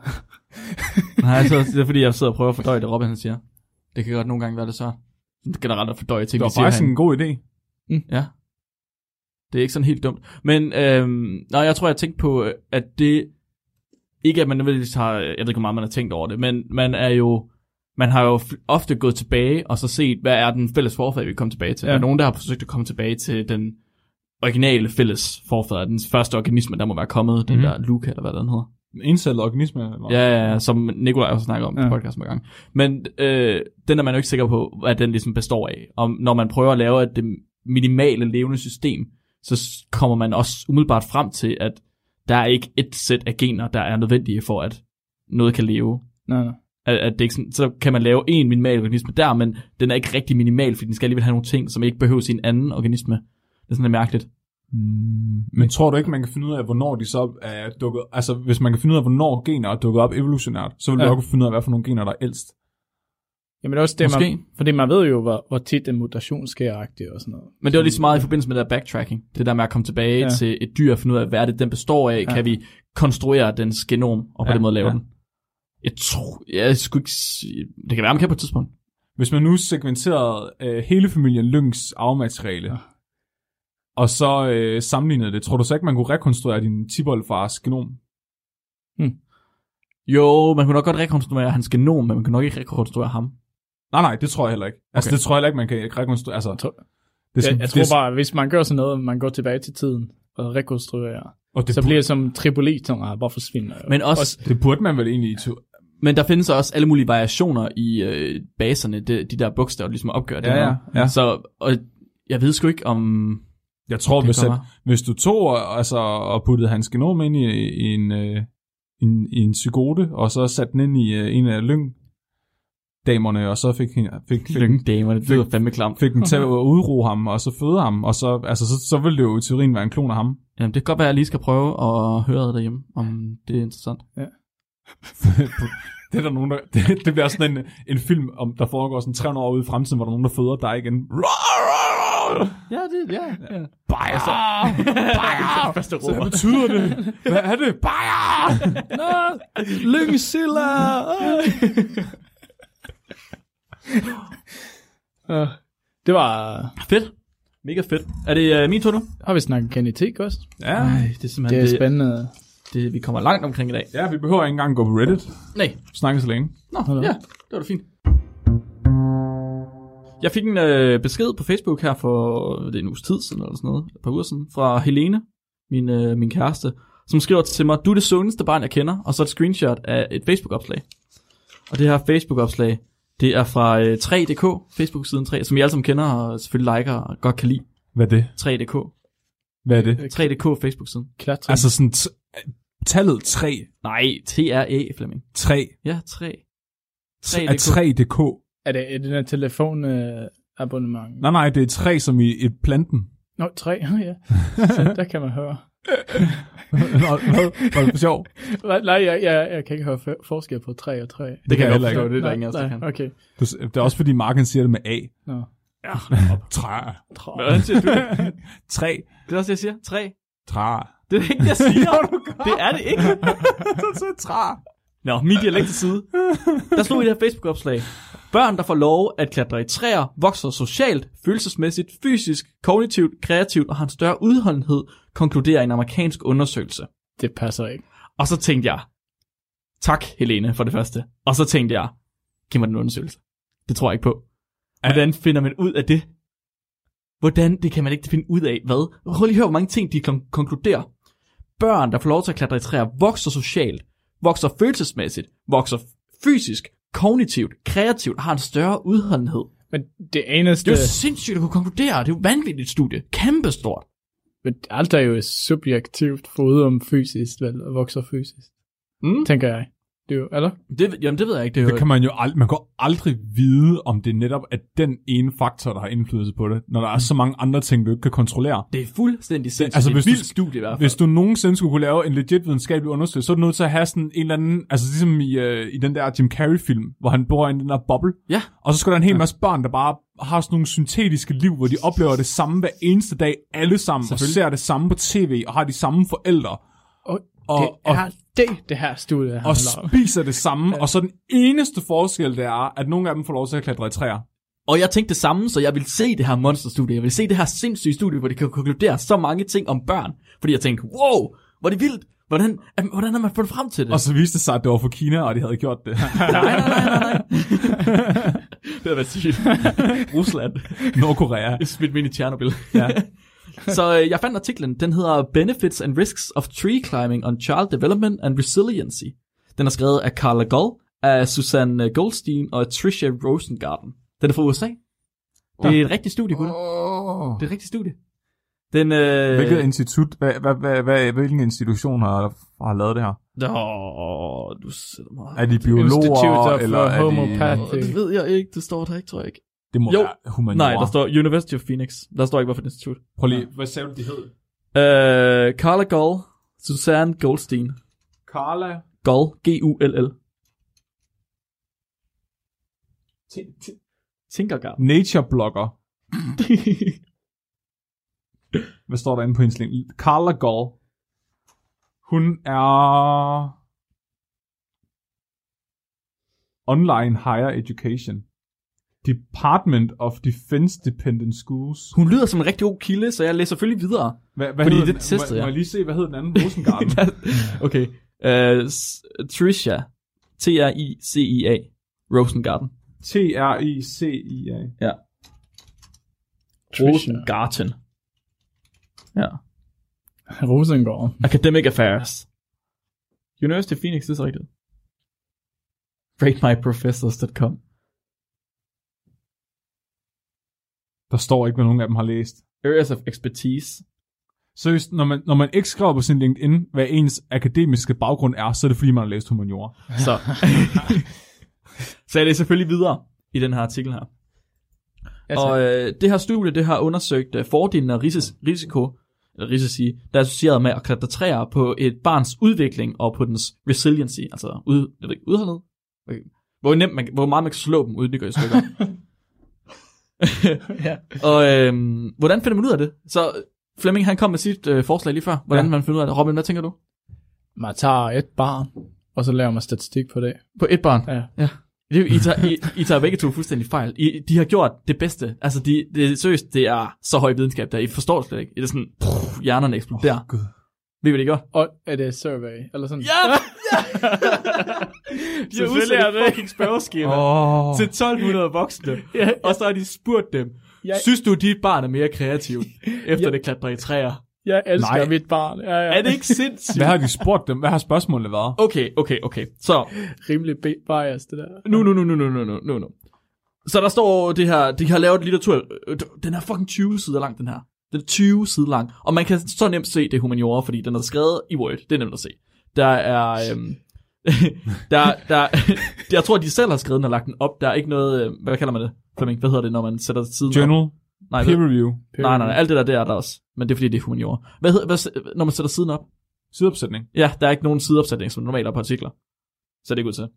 Speaker 3: Nej, så, det er fordi, jeg sidder og prøver at fordøje det, Robin han siger. Det kan godt nogle gange være det svært. Generelt at fordøje ting,
Speaker 2: Det
Speaker 3: vi
Speaker 2: var
Speaker 3: siger
Speaker 2: faktisk
Speaker 3: herinde.
Speaker 2: en god idé.
Speaker 3: Ja. Det er ikke sådan helt dumt. Men øhm, nej, jeg tror, jeg tænkte på, øh, at det... Ikke at man nødvendigvis har... øh, Jeg ved ikke, hvor meget man har tænkt over det, men man er jo... Man har jo f- ofte gået tilbage og så set, hvad er den fælles forfader, vi kommer tilbage til. Ja.
Speaker 4: Ja.
Speaker 3: Der er nogen, der har forsøgt at komme tilbage til den originale fælles forfader, den første organisme, der må være kommet, mm-hmm. den
Speaker 2: Mhm.
Speaker 3: der Luca, eller hvad den hedder.
Speaker 2: En Indcellet organisme. Eller?
Speaker 3: Ja, ja, ja, som Nikolaj også snakker om ja.
Speaker 4: Ja.
Speaker 3: på podcasten med gang. Men øh, den er man jo ikke sikker på, hvad den ligesom består af. Og når man prøver at lave et det minimale levende system, så s- kommer man også umiddelbart frem til, at der er ikke et sæt af gener, der er nødvendige for, at noget kan leve.
Speaker 4: Nej, nej.
Speaker 3: At, at det ikke sådan, så kan man lave en minimal organisme der, men den er ikke rigtig minimal, fordi den skal alligevel have nogle ting, som ikke behøves i en anden organisme. Det er sådan lidt mærkeligt.
Speaker 2: Mm, men tror du ikke, man kan finde ud af, hvornår de så er dukket... Altså, hvis man kan finde ud af, hvornår gener er dukket op evolutionært, så vil ja.
Speaker 4: Ja.
Speaker 2: du også kunne finde ud af, hvad for nogle gener, der er ældst.
Speaker 4: Jamen det er også det,
Speaker 3: Måske.
Speaker 4: man, fordi man ved jo, hvor, hvor tit en mutation sker agtigt og sådan noget.
Speaker 3: Men det var lige så meget i forbindelse med det der backtracking. Det der med at komme tilbage ja.
Speaker 4: Ja.
Speaker 3: til et dyr og finde ud af, hvad er det, den består af. Ja. Kan vi konstruere dens genom og på
Speaker 2: Ja,
Speaker 3: ja. den måde lave
Speaker 2: ja.
Speaker 3: ja. den? Jeg tror, jeg skulle ikke sige, Det kan være, man kan på et tidspunkt.
Speaker 2: Hvis man nu sekventerede øh, hele familien Lyngs arvemateriale, ja.
Speaker 4: Ja.
Speaker 2: og så øh, sammenlignede det, tror du så ikke, man kunne rekonstruere din tiboldfars genom?
Speaker 3: Jo, man kunne nok godt rekonstruere hans genom, men man kunne nok ikke rekonstruere ham.
Speaker 2: Nej, nej, det tror jeg heller ikke. Altså,
Speaker 3: Okay.
Speaker 2: det tror jeg heller ikke, man kan rekonstruere. Altså,
Speaker 4: tror-
Speaker 2: det,
Speaker 4: Jeg,
Speaker 2: skal-
Speaker 4: jeg
Speaker 2: det-
Speaker 4: tror bare, at hvis man gør sådan noget, man går tilbage til tiden og rekonstruerer,
Speaker 2: og det,
Speaker 4: så
Speaker 2: bur-
Speaker 4: bliver det som tripolitoner, bare forsvinder. jo.
Speaker 3: Men også, også
Speaker 2: det burde man vel egentlig i to.
Speaker 3: Men der findes også alle mulige variationer i øh, baserne, de, de der bogstaver, der ligesom opgør det.
Speaker 2: Ja,
Speaker 3: her.
Speaker 2: ja, ja.
Speaker 3: Så og jeg ved sgu ikke, om
Speaker 2: Jeg tror,
Speaker 3: det
Speaker 2: hvis, at,
Speaker 3: kommer.
Speaker 2: hvis du tog og- altså, og puttede hans genom ind i, i en, øh, en, i en psykote, og så satte den ind i øh, en af lyng damerne, og så fik, hende- fik, fik,
Speaker 3: lyngdamer, det lyder
Speaker 2: fik-
Speaker 3: fandme klamt.
Speaker 2: fik den til at udro ham, og så føde ham, og så, altså, så, så ville det jo i teorien være en klon af ham.
Speaker 3: Jamen, det kan godt være, at jeg lige skal prøve at høre det derhjemme, om det er interessant.
Speaker 2: det er der nogen, der, det, det bliver sådan en, en film, om, der foregår sådan 300 år ude i fremtiden, hvor der er nogen, der føder dig igen.
Speaker 3: Ja, det ja. ja.
Speaker 2: Bajer! Bajer! Hvad betyder det? Hvad er det? Bajer!
Speaker 3: Lyngsilla!
Speaker 4: Øh, det var...
Speaker 3: fedt. Mega fedt. Er det uh, min tur nu?
Speaker 4: Har vi snakket genetik også?
Speaker 2: Ja.
Speaker 3: det er simpelthen
Speaker 4: Det er spændende.
Speaker 3: det, vi kommer langt omkring i dag.
Speaker 2: ja, vi behøver ikke engang gå på Reddit.
Speaker 3: Nej,
Speaker 2: Snakke så længe.
Speaker 3: Nå, ja, det var da fint. Jeg fik en øh, besked på Facebook her for hvad er det er en uges tid siden, eller sådan noget, et par uger siden, fra Helene, min, øh, min kæreste, som skriver til mig, du er det sundeste barn, jeg kender, og så et screenshot af et Facebook-opslag. Og det her Facebook-opslag, Det er fra øh, 3.dk, Facebook-siden 3, som I alle sammen kender og selvfølgelig liker og godt kan lide.
Speaker 2: Hvad er det?
Speaker 3: 3.dk.
Speaker 2: Hvad er det?
Speaker 3: Øh, 3.dk Facebook-siden.
Speaker 5: Klatre.
Speaker 2: Altså sådan t- tallet 3.
Speaker 3: Nej, T-R-E, Flemming.
Speaker 2: 3.
Speaker 3: Ja, 3.
Speaker 2: Er 3.dk.
Speaker 5: Er det, er det den telefon øh, abonnement?
Speaker 2: Nej, nej, det er 3 som i et planten.
Speaker 5: Nå, tre, ja. Så der kan man høre.
Speaker 2: Nå, Hvad? Var det for sjov?
Speaker 5: Nej, nej, jeg, jeg, jeg kan ikke høre for- forskel på tre og tre.
Speaker 2: Det kan jeg heller
Speaker 3: Det
Speaker 2: ikke.
Speaker 3: er der ingen af os, der
Speaker 5: nej,
Speaker 3: kan.
Speaker 5: nej, okay.
Speaker 2: Du s- Det er også fordi, Marken siger det med A.
Speaker 5: Nå.
Speaker 3: Ja,
Speaker 2: Træer.
Speaker 3: Hvordan siger du?
Speaker 2: 3.
Speaker 3: Det er også det, jeg siger. 3.
Speaker 2: Træer.
Speaker 3: Det er det ikke, det, jeg siger. det er det ikke.
Speaker 2: Så så træer.
Speaker 3: Nå, min dialekt til side. Der stod i det her Facebook-opslag. Børn, der får lov at klatre i træer, vokser socialt, følelsesmæssigt, fysisk, kognitivt, kreativt og har en større udholdenhed, konkluderer en amerikansk undersøgelse.
Speaker 5: Det passer ikke.
Speaker 3: Og så tænkte jeg, tak Helene for det første. Og så tænkte jeg, giv mig den undersøgelse. Det tror jeg ikke på. Hvordan finder man ud af det? Hvordan, det kan man ikke finde ud af, hvad? Prøv lige at høre, hvor mange ting de kon- konkluderer. Børn, der får lov til at klatre i træer, vokser socialt, vokser følelsesmæssigt, vokser fysisk, kognitivt, kreativt, har en større udholdenhed.
Speaker 5: Men det
Speaker 3: Det
Speaker 5: eneste...
Speaker 3: er jo sindssygt at kunne konkludere, det er jo vanvittigt studie, kæmpestort.
Speaker 5: Men alt er jo subjektivt, foruden fysisk, vel, og vokser fysisk.
Speaker 3: Mm.
Speaker 5: Tænker jeg. Det er jo, eller?
Speaker 3: Det, jamen det ved jeg ikke, det er jo...
Speaker 2: Det kan man jo ald- man kan jo aldrig vide, om det netop er den ene faktor, der har indflydelse på det, når der er så mange andre ting, du ikke kan kontrollere.
Speaker 3: Det er fuldstændig sindssygt.
Speaker 2: altså,
Speaker 3: Det er et
Speaker 2: hvis du-
Speaker 3: vildt studie i hvert fald.
Speaker 2: Hvis du nogensinde skulle kunne lave en legit videnskabelig undersøgelse, så er du nødt til at have sådan en eller anden, altså ligesom i, øh, i den der Jim Carrey-film, hvor han bor i den der boble,
Speaker 3: Ja.
Speaker 2: og så skal der en hel masse børn, der bare har sådan nogle syntetiske liv, hvor de oplever det samme hver eneste dag, alle sammen, og ser det samme på tv, og har de samme forældre,
Speaker 5: Og,
Speaker 2: Og-
Speaker 5: det
Speaker 2: og-
Speaker 5: er det, det her studie
Speaker 2: og
Speaker 5: handler om.
Speaker 2: spiser det samme, og så den eneste forskel, det er, at nogle af dem får lov til at klatre i træer.
Speaker 3: Og jeg tænkte det samme, så jeg ville se det her monsterstudie. Jeg ville se det her sindssyge studie, hvor de kan konkludere så mange ting om børn. Fordi jeg tænkte, wow, hvor er det vildt. Hvordan, at- hvordan har man fundet frem til det?
Speaker 2: Og så viste det sig, at det var for Kina, og de havde gjort det.
Speaker 3: nej, nej, nej, nej, nej. det havde været sygt. Rusland.
Speaker 2: Nordkorea.
Speaker 3: Jeg smidt mig ind i Tjernobyl.
Speaker 2: Ja.
Speaker 3: så øh, jeg fandt artiklen. Den hedder Benefits and Risks of Tree Climbing on Child Development and Resiliency. Den er skrevet af Carla Gull, af Susanne Goldstein og af Tricia Rosengarten. Den er fra USA. Det er et rigtigt studie, gutter.
Speaker 2: Oh.
Speaker 3: Det er et rigtigt studie. Den, øh...
Speaker 2: Hvilket institut, hvad, hvad, hvad, hvad, hvilken institution har, har lavet det her?
Speaker 3: Nå, du sætter mig...
Speaker 2: Er de
Speaker 5: Institute
Speaker 2: biologer,
Speaker 5: of
Speaker 2: eller er de...
Speaker 5: Homeopathy.
Speaker 3: Det ved jeg ikke, det står der ikke, tror jeg ikke.
Speaker 2: Det må
Speaker 3: Jo.
Speaker 2: være humaniora.
Speaker 3: Nej, der står University of Phoenix. Der står ikke, hvorfor det institut.
Speaker 2: Prøv lige, hvad sagde du, de hed?
Speaker 3: Øh, Carla Gull, Susanne Goldstein.
Speaker 2: Carla...
Speaker 3: Gull, G-U-L-L. Tinkergard.
Speaker 2: Nature Blogger. Hvad står der inde på hendes link? Carla Gall. Hun er... Online Higher Education. Department of Defense Dependent Schools.
Speaker 3: Hun lyder som en rigtig god kilde, så jeg læser selvfølgelig videre.
Speaker 2: Hvad, hvad
Speaker 3: Fordi
Speaker 2: hed
Speaker 3: det
Speaker 2: den?
Speaker 3: testede
Speaker 2: må,
Speaker 3: jeg.
Speaker 2: må jeg lige se, hvad hed den anden? Rosengarten.
Speaker 3: okay. Øh, s- Tricia. T-R-I-C-I-A. Rosengarten.
Speaker 2: T-R-I-C-I-A.
Speaker 3: Rosengarten. Ja.
Speaker 5: Rosengård.
Speaker 3: Academic Affairs. University of Phoenix, det er så rigtigt. RateMyProfessors.com
Speaker 2: Der står ikke, hvad nogen af dem har læst.
Speaker 3: Areas of Expertise.
Speaker 2: Seriøst, når man, når man ikke skriver på sin LinkedIn, hvad ens akademiske baggrund er, så er det fordi, man har læst humaniora.
Speaker 3: Så, så jeg læser selvfølgelig videre i den her artikel her.
Speaker 5: Ja, tak.
Speaker 3: og øh, det her studie, det har undersøgt øh, fordelen og risis, risiko, eller risici, der er associeret med at klatre træer på et barns udvikling og på dens resiliency, altså ud, jeg ved ikke, udholdenhed. Okay. Hvor, nemt man, hvor meget man kan slå dem, uden det går i stykker.
Speaker 5: Ja.
Speaker 3: Og øhm, hvordan finder man ud af det? Så øh, Flemming, han kom med sit øh, forslag lige før, hvordan
Speaker 2: Ja.
Speaker 3: ja. man finder ud af det. Robin, hvad tænker du?
Speaker 5: Man tager et barn, og så laver man statistik på det.
Speaker 3: På et barn?
Speaker 5: Ja.
Speaker 3: ja. Det, I, tager, I, I tager begge to fuldstændig fejl. I, de har gjort det bedste. Altså, de, det, seriøst, det er så høj videnskab der. I forstår det slet ikke. Det er sådan, pff, hjernerne eksploderer. Oh,
Speaker 2: Gud.
Speaker 3: Ved I, hvad de gør?
Speaker 5: Og er det survey? Eller sådan?
Speaker 3: Ja! ja! de har
Speaker 5: Selvfølgelig er
Speaker 3: udsat
Speaker 5: det.
Speaker 3: et fucking spørgeskema oh.
Speaker 2: Oh.
Speaker 3: til 1200 voksne.
Speaker 5: ja.
Speaker 3: Og så har de spurgt dem,
Speaker 5: Jeg-
Speaker 3: synes du, dit barn er mere kreativt, efter det klatrer i træer?
Speaker 5: Jeg elsker
Speaker 2: Nej.
Speaker 5: Nej. mit barn. Ja, ja.
Speaker 3: Er det ikke sindssygt?
Speaker 2: Hvad har de spurgt dem? Hvad har spørgsmålet været?
Speaker 3: Okay, okay, okay. Så
Speaker 5: rimelig bi- bias, det der?
Speaker 3: nu, nu, nu, nu, nu, nu, nu, nu, nu. Så der står det her, de har lavet litteratur, øh, den er fucking 20 sider lang, den her. Den er 20 sider lang, og man kan så nemt se det er humaniora, fordi den er skrevet i Word, det er nemt at se. Der er, øhm, der, der, jeg tror, de selv har skrevet den og lagt den op, der er ikke noget, øh, hvad kalder man det, Flemming, hvad hedder det, når man sætter siden op?
Speaker 2: Journal,
Speaker 3: Nej,
Speaker 2: peer
Speaker 3: hvad-
Speaker 2: review,
Speaker 3: nej, nej, nej, alt det der, det er der også, men det er fordi, det er humaniora. Hvad hedder, hvad, når man sætter siden op?
Speaker 2: sideopsætning.
Speaker 3: Ja, der er ikke nogen sideopsætning, som normalt er på artikler. Så det er ikke ud til.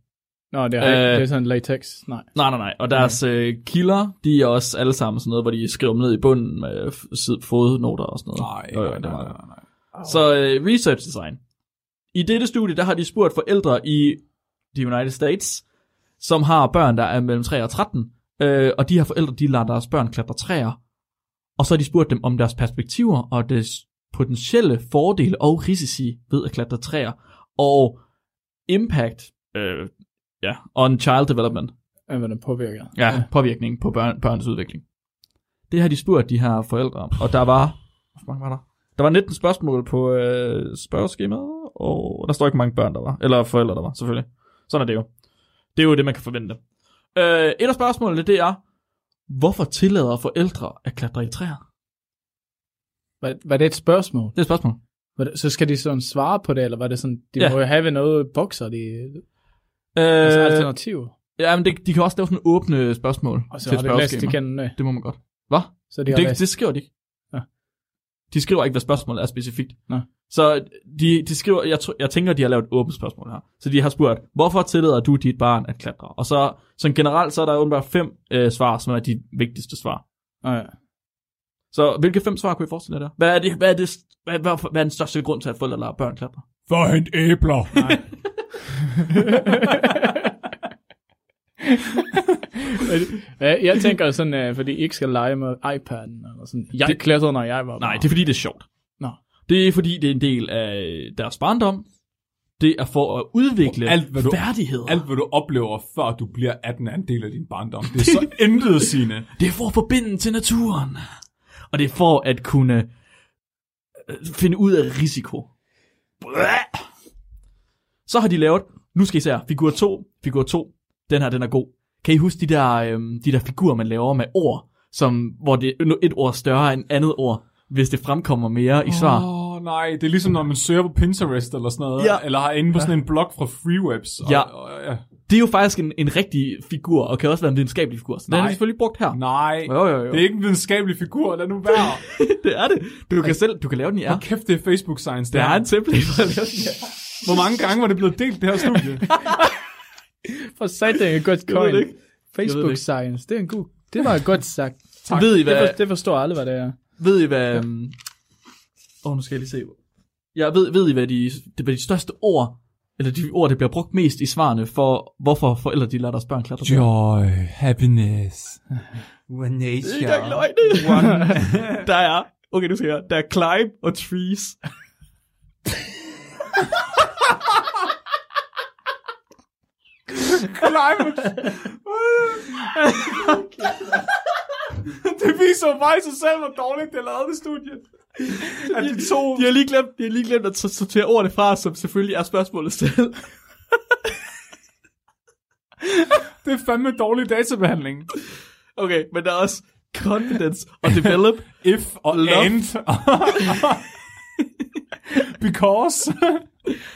Speaker 5: Nå, det er, øh,
Speaker 3: Øh.
Speaker 5: det er sådan latex. Nej.
Speaker 3: Nej, nej, nej. Og deres øh, kilder, de er også alle sammen sådan noget, hvor de skriver dem ned i bunden med f- sid- fodnoter og sådan noget.
Speaker 2: Nej,
Speaker 3: Jo, jo,
Speaker 2: nej,
Speaker 3: det
Speaker 2: nej,
Speaker 3: var det.
Speaker 2: nej, nej.
Speaker 3: Så øh, research design. I dette studie, der har de spurgt forældre i de United States, som har børn, der er mellem 3 og 13, øh, og de her forældre, de lader deres børn klatre træer, og så har de spurgt dem om deres perspektiver og deres potentielle fordele og risici ved at klatre træer, og impact øh, ja, on child development.
Speaker 5: At hvordan påvirker.
Speaker 3: Ja, ja. Øh, påvirkning på børn, børns udvikling. Det har de spurgt de her forældre om, og der var... Hvor mange var der? Der var 19 spørgsmål på øh, spørgeskemaet, og der står ikke, hvor mange børn der var, eller forældre der var, selvfølgelig. Sådan er det jo. Det er jo det, man kan forvente. Øh, et af spørgsmålene, det er, hvorfor tillader forældre at klatre i træer?
Speaker 5: Var, var det et spørgsmål?
Speaker 3: Det er et spørgsmål.
Speaker 5: Var det, så skal de sådan svare på det, eller var det sådan, de
Speaker 3: Ja.
Speaker 5: ja. må jo have noget bokser, de, øh, altså
Speaker 3: Øh,
Speaker 5: alternativer.
Speaker 3: ja, men det, de kan også lave sådan åbne spørgsmål
Speaker 5: Og så har det læst igen, øh,
Speaker 3: Det må man godt. Hvad?
Speaker 5: så de har
Speaker 3: Det,
Speaker 5: læst.
Speaker 3: det skriver de ikke.
Speaker 5: Ja.
Speaker 3: De skriver ikke, hvad spørgsmålet er specifikt.
Speaker 5: Nå.
Speaker 3: Så de, de skriver, jeg, tr- jeg tænker, de har lavet et åbent spørgsmål her. Så de har spurgt, hvorfor tillader du dit barn at klatre? Og så sådan generelt, så er der åbenbart fem øh, svar, som er de vigtigste svar.
Speaker 5: Nå, ja.
Speaker 3: Så hvilke fem svar kunne I forestille jer der? Hvad er, det, hvad, er det, hvad, hvad, hvad er den største grund til, at forældre lader børn klatre?
Speaker 2: For at hente æbler.
Speaker 5: Ja, jeg tænker sådan, øh, fordi I ikke skal lege med iPad'en, eller sådan. Jeg
Speaker 3: Det-
Speaker 5: det, klatrede, når jeg var
Speaker 3: Nej,
Speaker 5: barn.
Speaker 3: det er fordi, det er sjovt.
Speaker 5: Nå.
Speaker 3: Det er fordi, det er en del af deres barndom. Det er for at udvikle
Speaker 2: Alt, hvad du-
Speaker 3: færdigheder.
Speaker 2: Alt, hvad du oplever, før du bliver 18, er en del af din barndom. Det er så intet sine.
Speaker 3: Det er for at forbinde til naturen. Og det er for at kunne øh, finde ud af risiko. Blæh! Så har de lavet, nu skal I se her, figur 2, figur 2, den her, den er god. Kan I huske de der, øhm, de der figurer, man laver med ord, som, hvor det er et ord større end andet ord, hvis det fremkommer mere i svar?
Speaker 2: Åh, oh, nej. Det er ligesom, når man søger på Pinterest eller sådan noget.
Speaker 3: Ja.
Speaker 2: Eller har inde på sådan en blog fra FreeWebs. Og,
Speaker 3: Ja.
Speaker 2: Og, ja.
Speaker 3: Det er jo faktisk en, en rigtig figur, og kan også være en videnskabelig figur. Så den er
Speaker 2: Nej.
Speaker 3: de selvfølgelig brugt her.
Speaker 2: Nej.
Speaker 3: Jo, jo, jo.
Speaker 2: Det er ikke en videnskabelig figur. Lad nu være.
Speaker 3: det er det. Du kan, selv, du kan lave den i R.
Speaker 2: Hvor kæft, det er Facebook Science.
Speaker 3: Der
Speaker 2: Det
Speaker 3: er
Speaker 2: er.
Speaker 3: en template for at lave den i R.
Speaker 2: Hvor mange gange var det blevet delt, det her studie?
Speaker 5: For satan, et godt
Speaker 3: Jeg ved det
Speaker 5: coin.
Speaker 3: ikke.
Speaker 5: Facebook
Speaker 3: ikke.
Speaker 5: science, det er en god... Det var godt sagt.
Speaker 3: Tak. Ved I, hvad,
Speaker 5: Det, for, det forstår alle, hvad det er.
Speaker 3: Ved I hvad... Åh, øhm, oh, nu skal jeg lige se. Jeg ved, ved I, hvad de, det, hvad de største ord, eller de ord, der bliver brugt mest i svarene for, hvorfor forældre de lader deres børn klatre? på?
Speaker 2: Joy, happiness. One
Speaker 3: Det
Speaker 2: nation.
Speaker 3: er ikke engang løgn. der er, okay, nu skal jeg, høre. der er climb og trees.
Speaker 2: Climate. det viser jo bare i sig selv, hvor dårligt det er lavet det studie. At de to...
Speaker 3: De har lige glemt, de har lige glemt at s- sortere ordene fra, som selvfølgelig er spørgsmålet selv.
Speaker 2: Det er fandme dårlig databehandling.
Speaker 3: Okay, men der er også confidence og develop.
Speaker 2: If og
Speaker 3: Love.
Speaker 2: and. Because.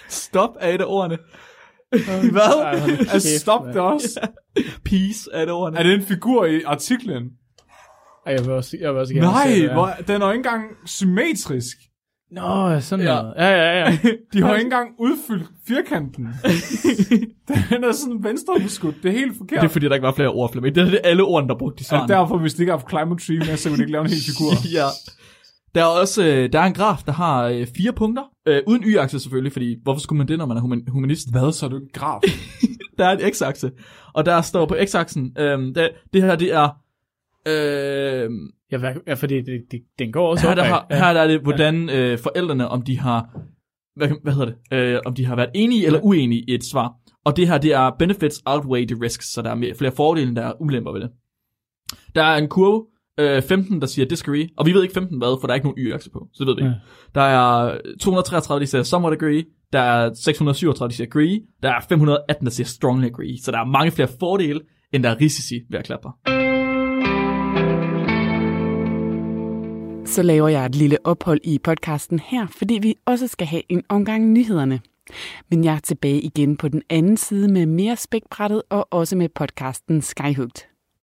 Speaker 3: Stop er et af ordene. Hvad?
Speaker 2: Altså, stop det også.
Speaker 3: Peace er et af ordene.
Speaker 2: Er det en figur i artiklen?
Speaker 5: Ej, jeg vil også, jeg vil også gerne
Speaker 2: Nej,
Speaker 5: se, hvad det er.
Speaker 2: hvor, den er jo ikke engang symmetrisk.
Speaker 5: Nå, sådan
Speaker 3: Ja.
Speaker 5: ja. noget. Ja, ja, ja.
Speaker 2: De har jo ikke engang udfyldt firkanten. den er sådan venstrebeskudt. Det er helt forkert.
Speaker 3: Det er fordi, der ikke var flere ord, Flemming. Det er det alle ordene, der brugte i
Speaker 2: Er
Speaker 3: svarene.
Speaker 2: det derfor, hvis de ikke har haft Climate Tree med, så kunne de ikke lave en hel figur?
Speaker 3: ja. Der er også øh, der er en graf, der har øh, fire punkter. Øh, uden y-akse selvfølgelig, fordi hvorfor skulle man det, når man er human- humanist?
Speaker 2: Hvad, så er du en graf?
Speaker 3: Der er en x-akse, og der står på x-aksen, øh, der, det her det er... Øh,
Speaker 5: Ja, hvad, ja fordi det, det, den går også
Speaker 3: her, der
Speaker 5: opad.
Speaker 3: har, her der er det, hvordan øh, forældrene, om de har... Hvad, kan- hvad hedder det? Øh, om de har været enige eller uenige i et svar. Og det her, det er benefits outweigh the risks, så der er mere, flere fordele, end der er ulemper ved det. Der er en kurve, øh, 15, der siger disagree, og vi ved ikke 15 hvad, for der er ikke nogen y-akse på, så det ved vi ikke. Der er 233, der siger somewhat agree, der er 637, der siger agree, der er 518, der siger strongly agree, så der er mange flere fordele, end der er risici ved at klatre.
Speaker 1: Så laver jeg et lille ophold i podcasten her, fordi vi også skal have en omgang nyhederne. Men jeg er tilbage igen på den anden side med mere spækbrættet og også med podcasten Skyhugt.